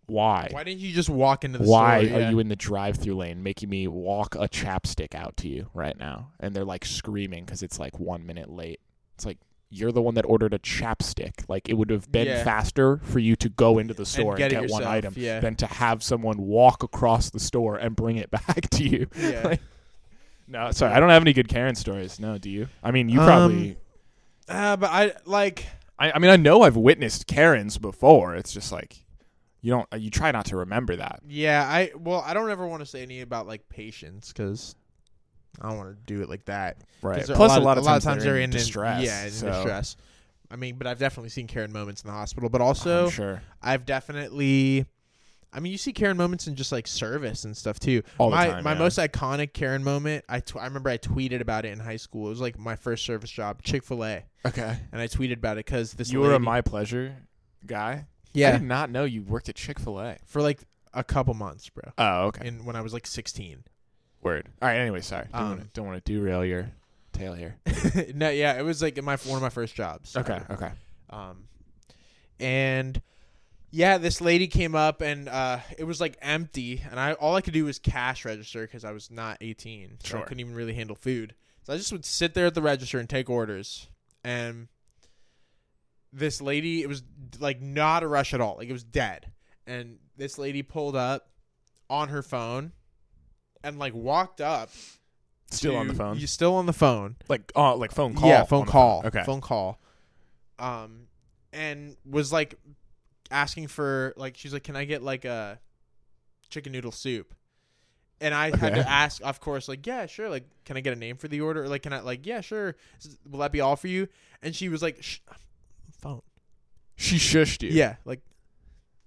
why?
Why didn't you just walk into the
Why
store?
are
Yeah.
you in the drive-through lane making me walk a chapstick out to you right now? And they're like screaming because it's like one minute late. It's like you're the one that ordered a chapstick. Like it would have been
Yeah.
faster for you to go into the store and
get
get,
it
one
yourself,
item
yeah.
than to have someone walk across the store and bring it back to you.
Yeah.
Like, no, sorry, I don't have any good Karen stories. No, do you? I mean, you
Um,
probably.
Ah, but I like.
I, I mean, I know I've witnessed Karens before. It's just like you don't you try not to remember that.
Yeah, I well, I don't ever want to say any about like patience because I don't want to do it like that. 'Cause
Right.
there-
Plus, a lot, of times,
they're in,
distress.
Yeah, in
so
distress. I mean, but I've definitely seen Karen moments in the hospital. But also,
I'm sure.
I've definitely. I mean, you see Karen moments in just like service and stuff too.
All the
my
time,
my
yeah.
most iconic Karen moment. I tw- I remember I tweeted about it in high school. It was like my first service job, Chick Fil A,
Okay.
and I tweeted about it because this
You were a
lady-
my pleasure guy. I
yeah
did not know you worked at Chick Fil A.
for like a couple months, bro.
Oh, okay.
And when I was like sixteen.
Word. All right. Anyway, sorry. Don't
Um,
wanna- don't want to derail your tale here.
no, yeah, it was like my one of my first jobs.
Okay. Okay.
Um, and yeah, this lady came up and uh, it was like empty, and I all I could do was cash register because I was not eighteen, so I
Sure.
couldn't even really handle food. So I just would sit there at the register and take orders, and this lady, it was like not a rush at all, like it was dead, and this lady pulled up on her phone and like walked up.
Still on the
to-
phone.
You still on the phone?
Like uh, like phone call.
Yeah, phone
on the
call.
Okay.
Phone call. Um, and was like asking for like she's like, can I get like a chicken noodle soup? And I had
Okay.
to ask, of course, like, yeah, sure. Like, can I get a name for the order? Or like, can I like, yeah, sure. S- Will that be all for you? And she was like, Shh, phone.
She shushed you.
Yeah, like,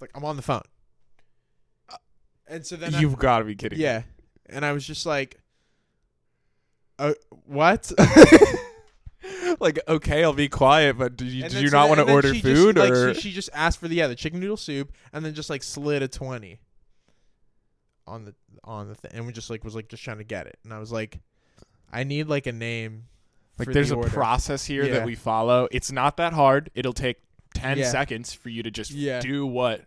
like I'm on the phone. And so then I-
You've got to be kidding. me.
yeah. And I was just like, uh, what?
like okay, I'll be quiet, but do you,
And
do
then-
you
so
not
then-
want to
and then
order
she
food
just,
or
Like, she, she just asked for the yeah the chicken noodle soup and then just like slid a twenty on the on the thing and we just like was like just trying to get it and I was like, I need like a name.
like
for
there's
the
a
order.
process here
Yeah.
that we follow. It's not that hard. It'll take 10
Yeah.
seconds for you to just
Yeah.
do what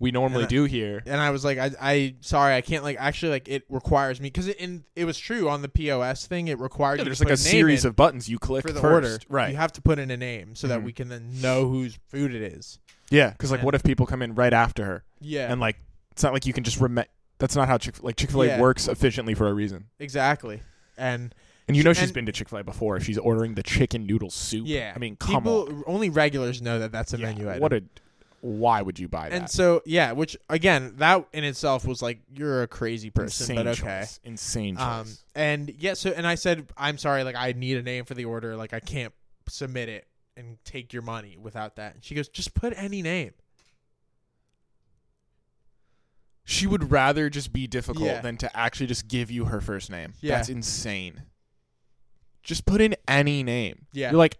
we normally
And I-
do here.
and I was like, I, I sorry, I can't like actually like it requires me because it in it was true on the POS thing. It required
Yeah,
you
there's
to
like
put
a
name
series
in
of buttons you click
for the
first.
order.
Right.
you have to put in a name so that
Mhm.
we can then know whose food it is.
yeah, cuz like
and-
what if people come in right after her
Yeah,
and like it's not like you can just rem- that's not how Chick like Chick-fil-A
Yeah.
works efficiently for a reason.
exactly. And
And you know
She-
she's
and-
been to Chick-fil-A before if she's ordering the chicken noodle soup.
yeah,
I mean, come
people
on.
only regulars know that that's a
Yeah,
menu item.
What a why would you buy that?
And so, yeah, which again, that in itself was like, you're a crazy person,
Insane
but okay.
choice. Insane choice.
Um, and yeah, so, and I said, I'm sorry, like, I need a name for the order. Like, I can't submit it and take your money without that. And she goes, just put any name.
She would rather just be difficult
Yeah.
than to actually just give you her first name.
Yeah.
That's insane. Just put in any name.
Yeah.
You're like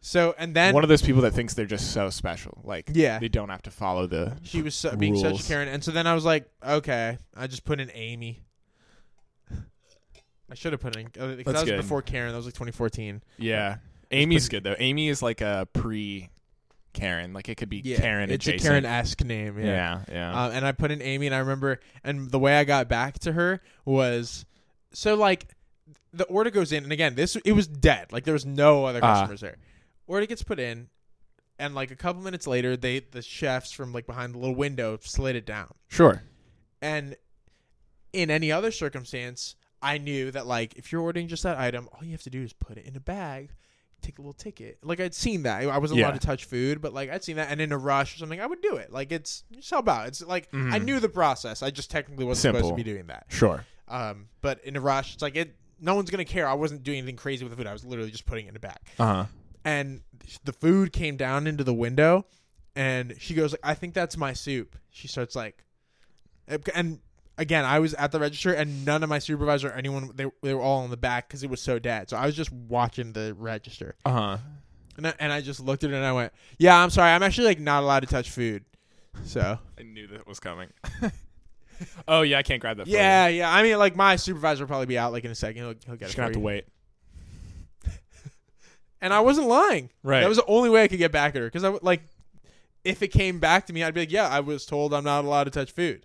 So, and then
one of those people that thinks they're just so special. Like
Yeah.
they don't have to follow the
she was so, being such
Rules.
a Karen. And so then I was like, okay, I just put in Amy. I should have put in, uh, 'cause that
That's
was
good.
before Karen. That was like 2014.
Yeah. Amy's good though. Amy is like a pre Karen. Like it could be Karen
It's
adjacent.
a Karen esque name.
yeah, yeah.
Um, and I put in Amy, and I remember, and the way I got back to her was so like the order goes in, and again, this it was dead. Like there was no other
Ah.
customers there. Order gets put in, and like a couple minutes later, they the chefs from like behind the little window slid it down.
sure.
And in any other circumstance, I knew that like if you're ordering just that item, all you have to do is put it in a bag, take a little ticket. Like I'd seen that. I- I wasn't
Yeah.
allowed to touch food, but like I'd seen that, and in a rush or something, I would do it. Like it's just how about it's like I
Mhm.
knew the process. I just technically wasn't supposed
Simple.
to be doing that.
Sure.
Um, but in a rush, it's like it. No one's gonna care. I wasn't doing anything crazy with the food. I was literally just putting it in a bag
Uh-huh.
and the food came down into the window and she goes like i think that's my soup she starts like and again i was at the register and none of my supervisor or anyone they, they were all in the back because it was so dead so i was just watching the register
Uh-huh.
and I, and I just looked at it and i went yeah i'm sorry i'm actually like not allowed to touch food so
I knew that was coming. oh yeah, I can't grab that for you.
yeah yeah i mean like my supervisor will probably be out like in a second he'll, he'll get
Just
it
gonna
for
have to
you.
wait.
and i wasn't lying
Right.
That was the only way I could get back at her because I would like, if it came back to me, I'd be like, yeah, I was told I'm not allowed to touch food.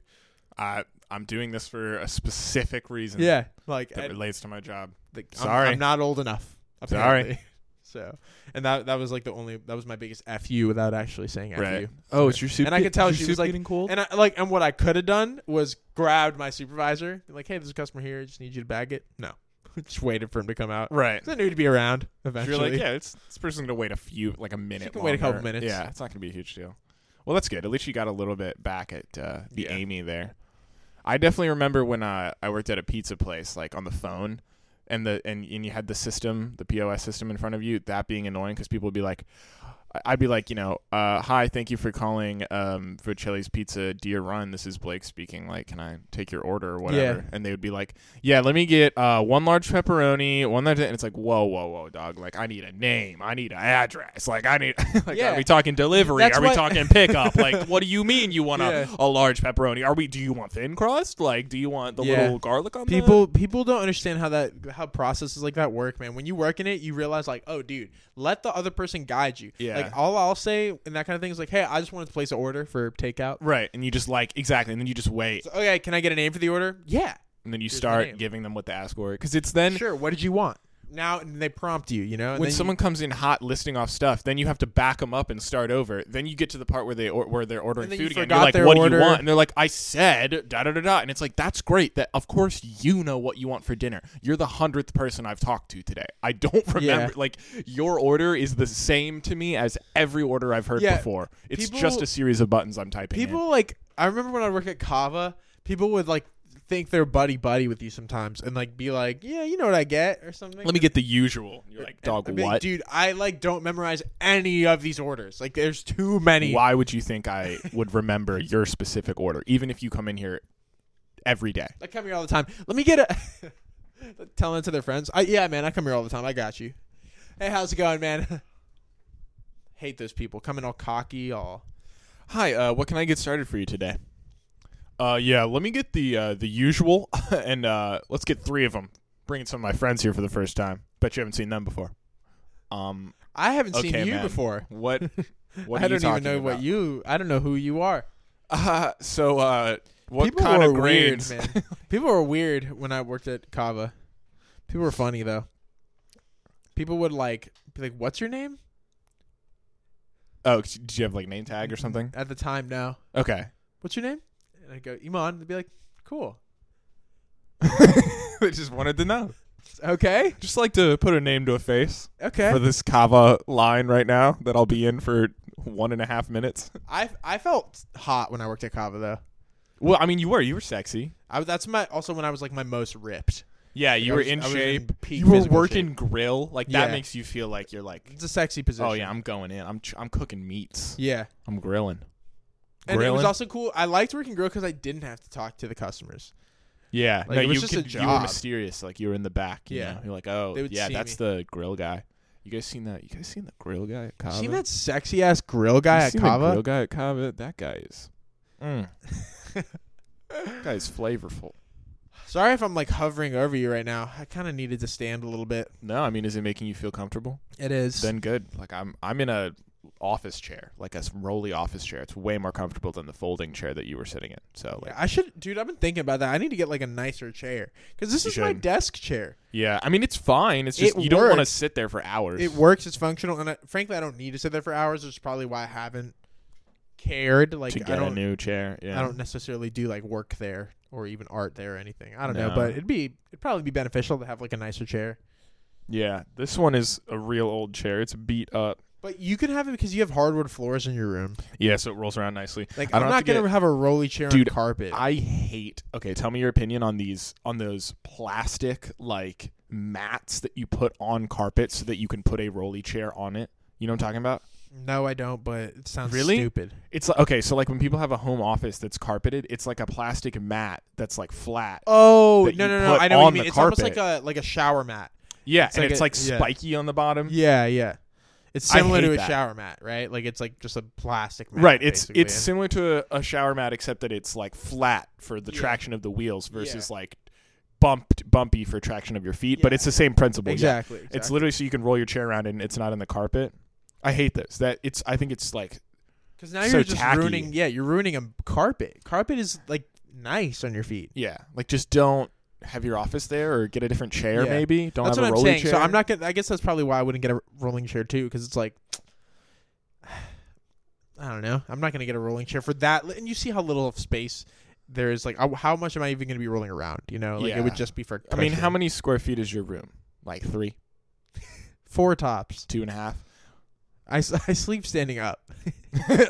I I'm doing this for a specific reason.
Yeah, like,
that
and-
relates to my job.
like, I'm-
Sorry.
I'm, not old enough.
Sorry.
Apparently. So, and that that was like the only that was my biggest fu without actually saying fu.
Oh, it's your soup.
And I could tell
is
she
your
was
soup
like-
getting cold.
And I like and what I could have done was grabbed my supervisor, be like, hey, there's a customer here. I just need you to bag it. No, just waited for him to come out.
right.
'Cause I knew he'd be around
So
eventually.
You're like, yeah, it's this person's gonna wait a few, like a minute.
can wait a couple
longer.
minutes.
Yeah, it's not gonna be a huge deal. Well, that's good. At least you got a little bit back at uh, the
Yeah.
Amy there. I definitely remember when uh, I worked at a pizza place, like on the phone, and the and, and you had the system, the POS system in front of you. That being annoying because people would be like, I'd be like, you know, uh, hi, thank you for calling um, Vercelli's Pizza, dear Run. This is Blake speaking. Like, can I take your order or whatever? And they would be like, yeah, let me get uh, one large pepperoni, one large. And it's like, whoa, whoa, whoa, dog. Like, I need a name. I need an address. Like, I need. like,
Yeah.
are we talking delivery?
That's
are we
what-
talking pickup? like, what do you mean you want
Yeah.
a, a large pepperoni? Are we? Do you want thin crust? Like, do you want the
Yeah.
little garlic on the-
People people don't understand how that how processes like that work, man. When you work in it, you realize like, oh, dude, let the other person guide you.
Yeah.
Like all I'll say and that kind of thing is like, hey, I just wanted to place an order for takeout.
Right, and you just like exactly, and then you just wait,
So, okay, can I get a name for the order? Yeah,
and then you
my name.
start giving them what to ask for, because it's then
sure. What did you want? Now and they prompt you, you know. and
when
then you-
someone comes in hot listing off stuff, then you have to back them up and start over. Then you get to the part where they or, where they're ordering
And then
food
you
again.
forgot
You're like,
their
"What do
order."
you want?" And they're like, "I said da da da da." And it's like, "That's great. That of course you know what you want for dinner. You're the hundredth person I've talked to today. I don't remember. Like your order is the same to me as every order I've heard
Yeah,
before. It's
people-
just a series of buttons I'm typing. in.
people like I remember when I worked at Kava, people would like think they're buddy buddy with you sometimes and like be like, yeah, you know what I get or something.
Let me get the usual. You're like,
And
"Dog,
I'd be like,
what?
dude? I like don't memorize any of these orders. Like, there's too many.
Why would you think I would remember your specific order, even if you come in here every day?"
I come here all the time. Let me get a telling it to their friends. I, yeah, man, I come here all the time. I got you. Hey, how's it going, man? Hate those people coming all cocky, all.
Hi, uh, what can I get started for you today? Uh, yeah, let me get the uh, the usual, and uh, let's get three of them. Bringing some of my friends here for the first time. Bet you haven't seen them before. Um,
I haven't
Okay,
seen you
man.
before.
what? What
I
are you
don't even
talking
know
about?
what you. I don't know who you are.
Uh, so, uh, what
people
kind
were
of grains?
weird, man. people were weird when I worked at Kava. People were funny though. People would like be like, "What's your name?"
oh, did you have like a name tag or something?
At the time, no.
Okay.
what's your name? And I go, Iman. They'd be like, cool.
they just wanted to know.
Okay.
Just like to put a name to a face for
Okay.
this kava line right now that I'll be in for one and a half minutes.
I, I felt hot when I worked at Kava, though.
Well, I mean, you were you were sexy.
I, that's my also when I was like my most ripped.
Yeah, you
I
were
was-
in
I was in
shape.
peak
you were
physical
working grill. Like that
Yeah.
makes you feel like you're like,
It's a sexy position.
oh yeah, I'm going in. I'm ch- I'm cooking meats.
Yeah.
I'm grilling.
And it was
Grilling?
also cool. I liked working grill because I didn't have to talk to the customers.
Yeah,
Like,
no,
it was
you
just
could-
a
you were
job.
mysterious. Like you were in the back. You
Yeah.
know? you're like, oh
They would
yeah,
see
that's the grill guy. You guys seen that? You guys seen the grill guy at Kava?
Seen that sexy ass grill guy
You
at
seen The grill
Kava?
guy at Kava. That guy is. Mm. that guy's flavorful.
Sorry if I'm like hovering over you right now. I kind of needed to stand a little bit.
No, I mean, is it making you feel comfortable?
It is.
Then good. Like I'm I'm in a office chair, like a s- rolly office chair. It's way more comfortable than the folding chair that you were sitting in. So like
I should, dude. I've been thinking about that. I need to get like a nicer chair because this
You
is my
should.
desk chair.
Yeah, I mean it's fine. It's just
It
you don't want to
works.
sit there for hours.
It works. It's functional, and I, frankly, I don't need to sit there for hours. Which is probably why I haven't cared. Like
to
I
get a
don't,
new chair. Yeah.
I don't necessarily do like work there or even art there or anything. I don't know,
No.
but it'd be it'd probably be beneficial to have like a nicer chair.
Yeah. This one is a real old chair. It's beat up.
But you can have it because you have hardwood floors in your room.
Yeah, so it rolls around nicely.
Like
I
I'm
don't
not
have to
gonna have a rolly chair
Dude,
on carpet.
I hate okay, tell me your opinion on these on those plastic like mats that you put on carpet so that you can put a rolly chair on it. You know what I'm talking about?
no, I don't. But it sounds
Really?
stupid.
It's like, okay, so like when people have a home office that's carpeted, it's like a plastic mat that's like flat.
Oh
That
no
you
no no!
put
I know what you
on
mean.
the
It's almost like a like a shower mat.
yeah,
it's
and
like
it's
a-
like
yeah.
spiky on the bottom.
Yeah yeah. It's
I
similar
hate
to a
that.
shower mat, right? Like it's like just a plastic mat.
Right, it's
basically,
it's
and-
similar to a, a shower mat except that it's like flat for the
Yeah.
traction of the wheels versus like bumped bumpy for traction of your feet, but
Yeah.
it's the same principle. yeah.
exactly,
It's
exactly.
literally so you can roll your chair around and it's not in the carpet. I hate this. That it's I think it's like
Because now
so
you're just
tacky.
ruining. Yeah, you're ruining a carpet. Carpet is like nice on your feet.
yeah, like just don't have your office there or get a different chair
Yeah.
maybe. Don't
that's
have
what
a
I'm
rolling
saying.
chair.
So I'm not gonna. I guess that's probably why I wouldn't get a rolling chair too. Because it's like, I don't know. I'm not gonna get a rolling chair for that. And you see how little of space there is. Like, how- how much am I even gonna be rolling around? You know, like it would
Yeah.
just be for.
I mean, how
cushion.
many square feet is your room? Like three,
Four tops.
two and a half.
I, s- I sleep standing up.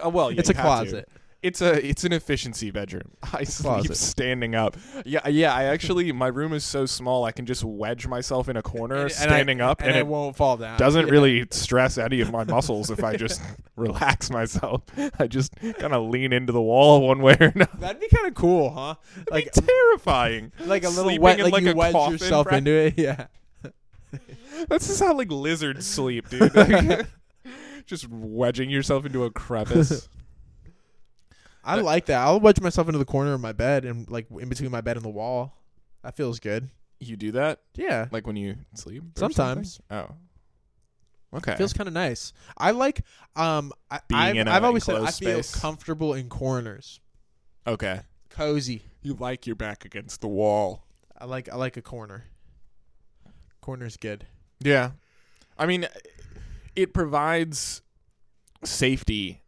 Oh, well, yeah,
it's a
you have to.
closet.
it's a it's an efficiency bedroom. I sleep
Closet.
standing up. Yeah, yeah. I actually my room is so small I can just wedge myself in a corner
And- and I-
standing up,
and,
and,
I
it
won't fall down.
doesn't
Yeah.
really stress any of my muscles if I just relax myself. I just kind of lean into the wall one way or another.
That'd be kind of cool, huh?
Like
Like
terrifying.
like a little
sleeping
wet,
in
like,
like
you
a
wedge
coffin
yourself
pra-
into it. Yeah.
That's just how like lizards sleep, dude. Like, just wedging yourself into a crevice.
I
I like that. I'll wedge myself into the corner of my bed and like in between my bed and the wall. That feels good.
you do that
Yeah.
like when you sleep. or
Sometimes.
something? Oh. Okay.
Feels kind of nice. I like um I,
Being
I've,
in a
I've always said I
enclosed
feel
space.
comfortable in corners.
okay.
Cozy.
You like your back against the wall.
I like I like a corner. Corner's good.
Yeah. I mean, it provides safety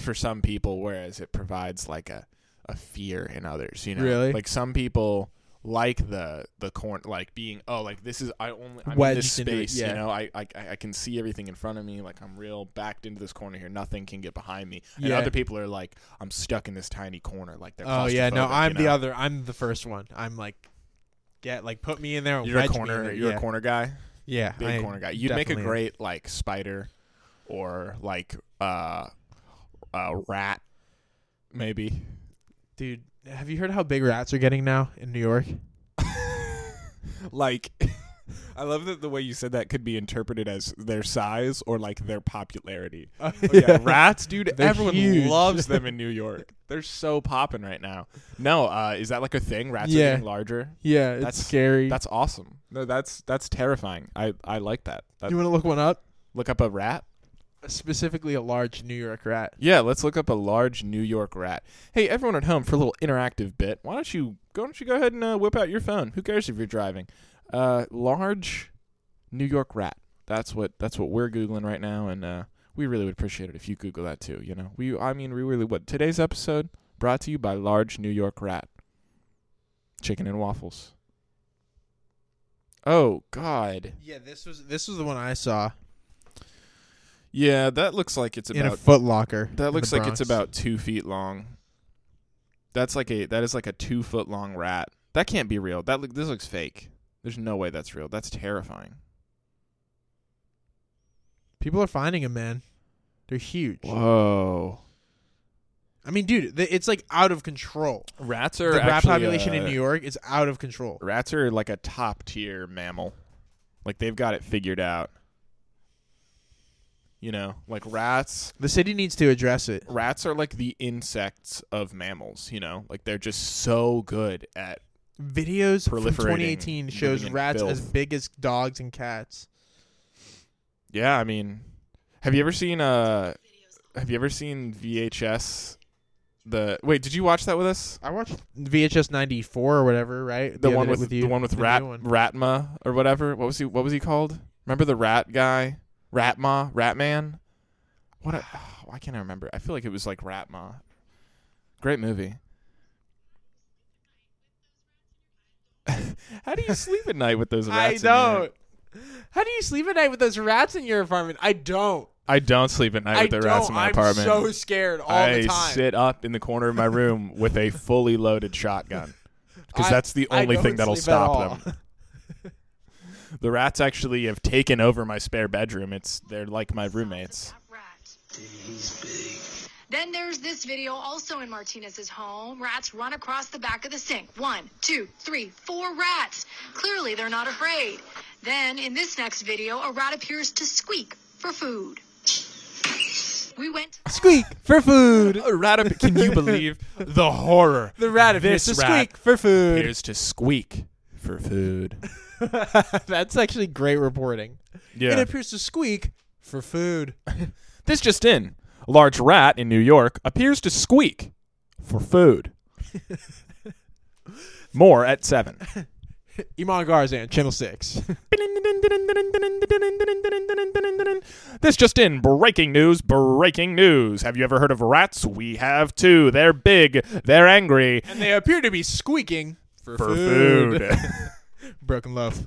for some people, whereas it provides like a, a fear in others, you know?
Really?
Like some people like the the corn like being oh like this is i only i'm in this
Wedged into it,
space
yeah.
you know I, I i can see everything in front of me like i'm real backed into this corner here nothing can get behind me and
Yeah.
other people are like i'm stuck in this tiny corner like they're
Oh yeah, no,
claustrophobic,
I'm
you
the
know?
other. I'm the first one. I'm like, get like put me in there. and
you're a
wedge me in
corner
there.
you're
yeah.
a corner guy
Yeah,
big
I
corner guy. You'd make a
definitely am.
great like spider or like uh uh rat maybe.
dude. Have you heard how big rats are getting now in New York?
like I love that the way you said that could be interpreted as their size or like their popularity. Oh, yeah, rats, dude.
Uh, They're
everyone
huge.
loves them in New York. They're so popping right now. No, uh, is that like a thing? Rats
Yeah.
are getting larger.
Yeah, it's
That's-
scary.
That's awesome. No, that's that's terrifying. I I like that. that
you want to look one up?
look up a rat.
Specifically, a large New York rat.
Yeah, let's look up a large New York rat. Hey, everyone at home, for a little interactive bit, why don't you why don't you go ahead and uh, whip out your phone? Who cares if you're driving? Uh, large New York rat. That's what that's what we're googling right now, and uh, we really would appreciate it if you Google that too. You know, we I mean, we really would. Today's episode brought to you by large New York rat, chicken and waffles. Oh God,
Yeah, this was this was the one I saw
yeah, that looks like it's
in a Foot Locker.
That
in
looks
the
like it's
Bronx.
about two feet long. That's like a that is like a two foot long rat. That can't be real. That look this looks fake. There's no way that's real. That's terrifying.
People are finding them, man. They're huge.
Whoa.
I mean, dude, th- it's like out of control.
Rats
The
are
rat
actually,
population in
uh,
New York is out of control.
Rats are like a top tier mammal. Like they've got it figured out. You know, like rats
The city needs to address it.
rats are like the insects of mammals, you know? Like they're just so good at
Videos from
Proliferating,
2018 shows
living in
rats as
filth.
big as dogs and cats.
Yeah, I mean, have you ever seen uh have you ever seen VHS the Wait, did you watch that with us?
I watched VHS 94 or whatever, right?
The,
other
one
day
with,
you.
the one with
new
Rat
one.
Ratma or whatever. What was he what was he called? Remember the rat guy? Ratma, Ratman? What a, why can't I remember? I feel like it was like Ratma. Great movie. How do you sleep at night with those
I
rats? in your-
don't. How do you sleep at night with those rats in your apartment? I don't.
I don't sleep at night
I
with the
don't.
rats in my
I'm
apartment.
so scared all
I
the time.
sit up in the corner of my room with a fully loaded shotgun because
I-
that's the
I
only
don't
thing that'll
sleep at
stop them. The rats actually have taken over my spare bedroom. It's they're like my roommates.
Then there's this video also in Martinez's home. Rats run across the back of the sink. One, two, three, four rats. Clearly, they're not afraid. Then, in this next video, a rat appears to squeak for food. We went.
Squeak for food.
A rat, ap- can you believe the horror?
The rat appears
This
to
rat
squeak for food.
appears to squeak for food.
That's actually great reporting. It
Yeah,
appears to squeak for food.
this just in: a large rat in New York appears to squeak for food. More at seven.
Iman Garzan, Channel 6.
This just in breaking news, breaking news. Have you ever heard of rats? We have too. They're big, they're angry
and they appear to be squeaking for,
for food.
Broken Love.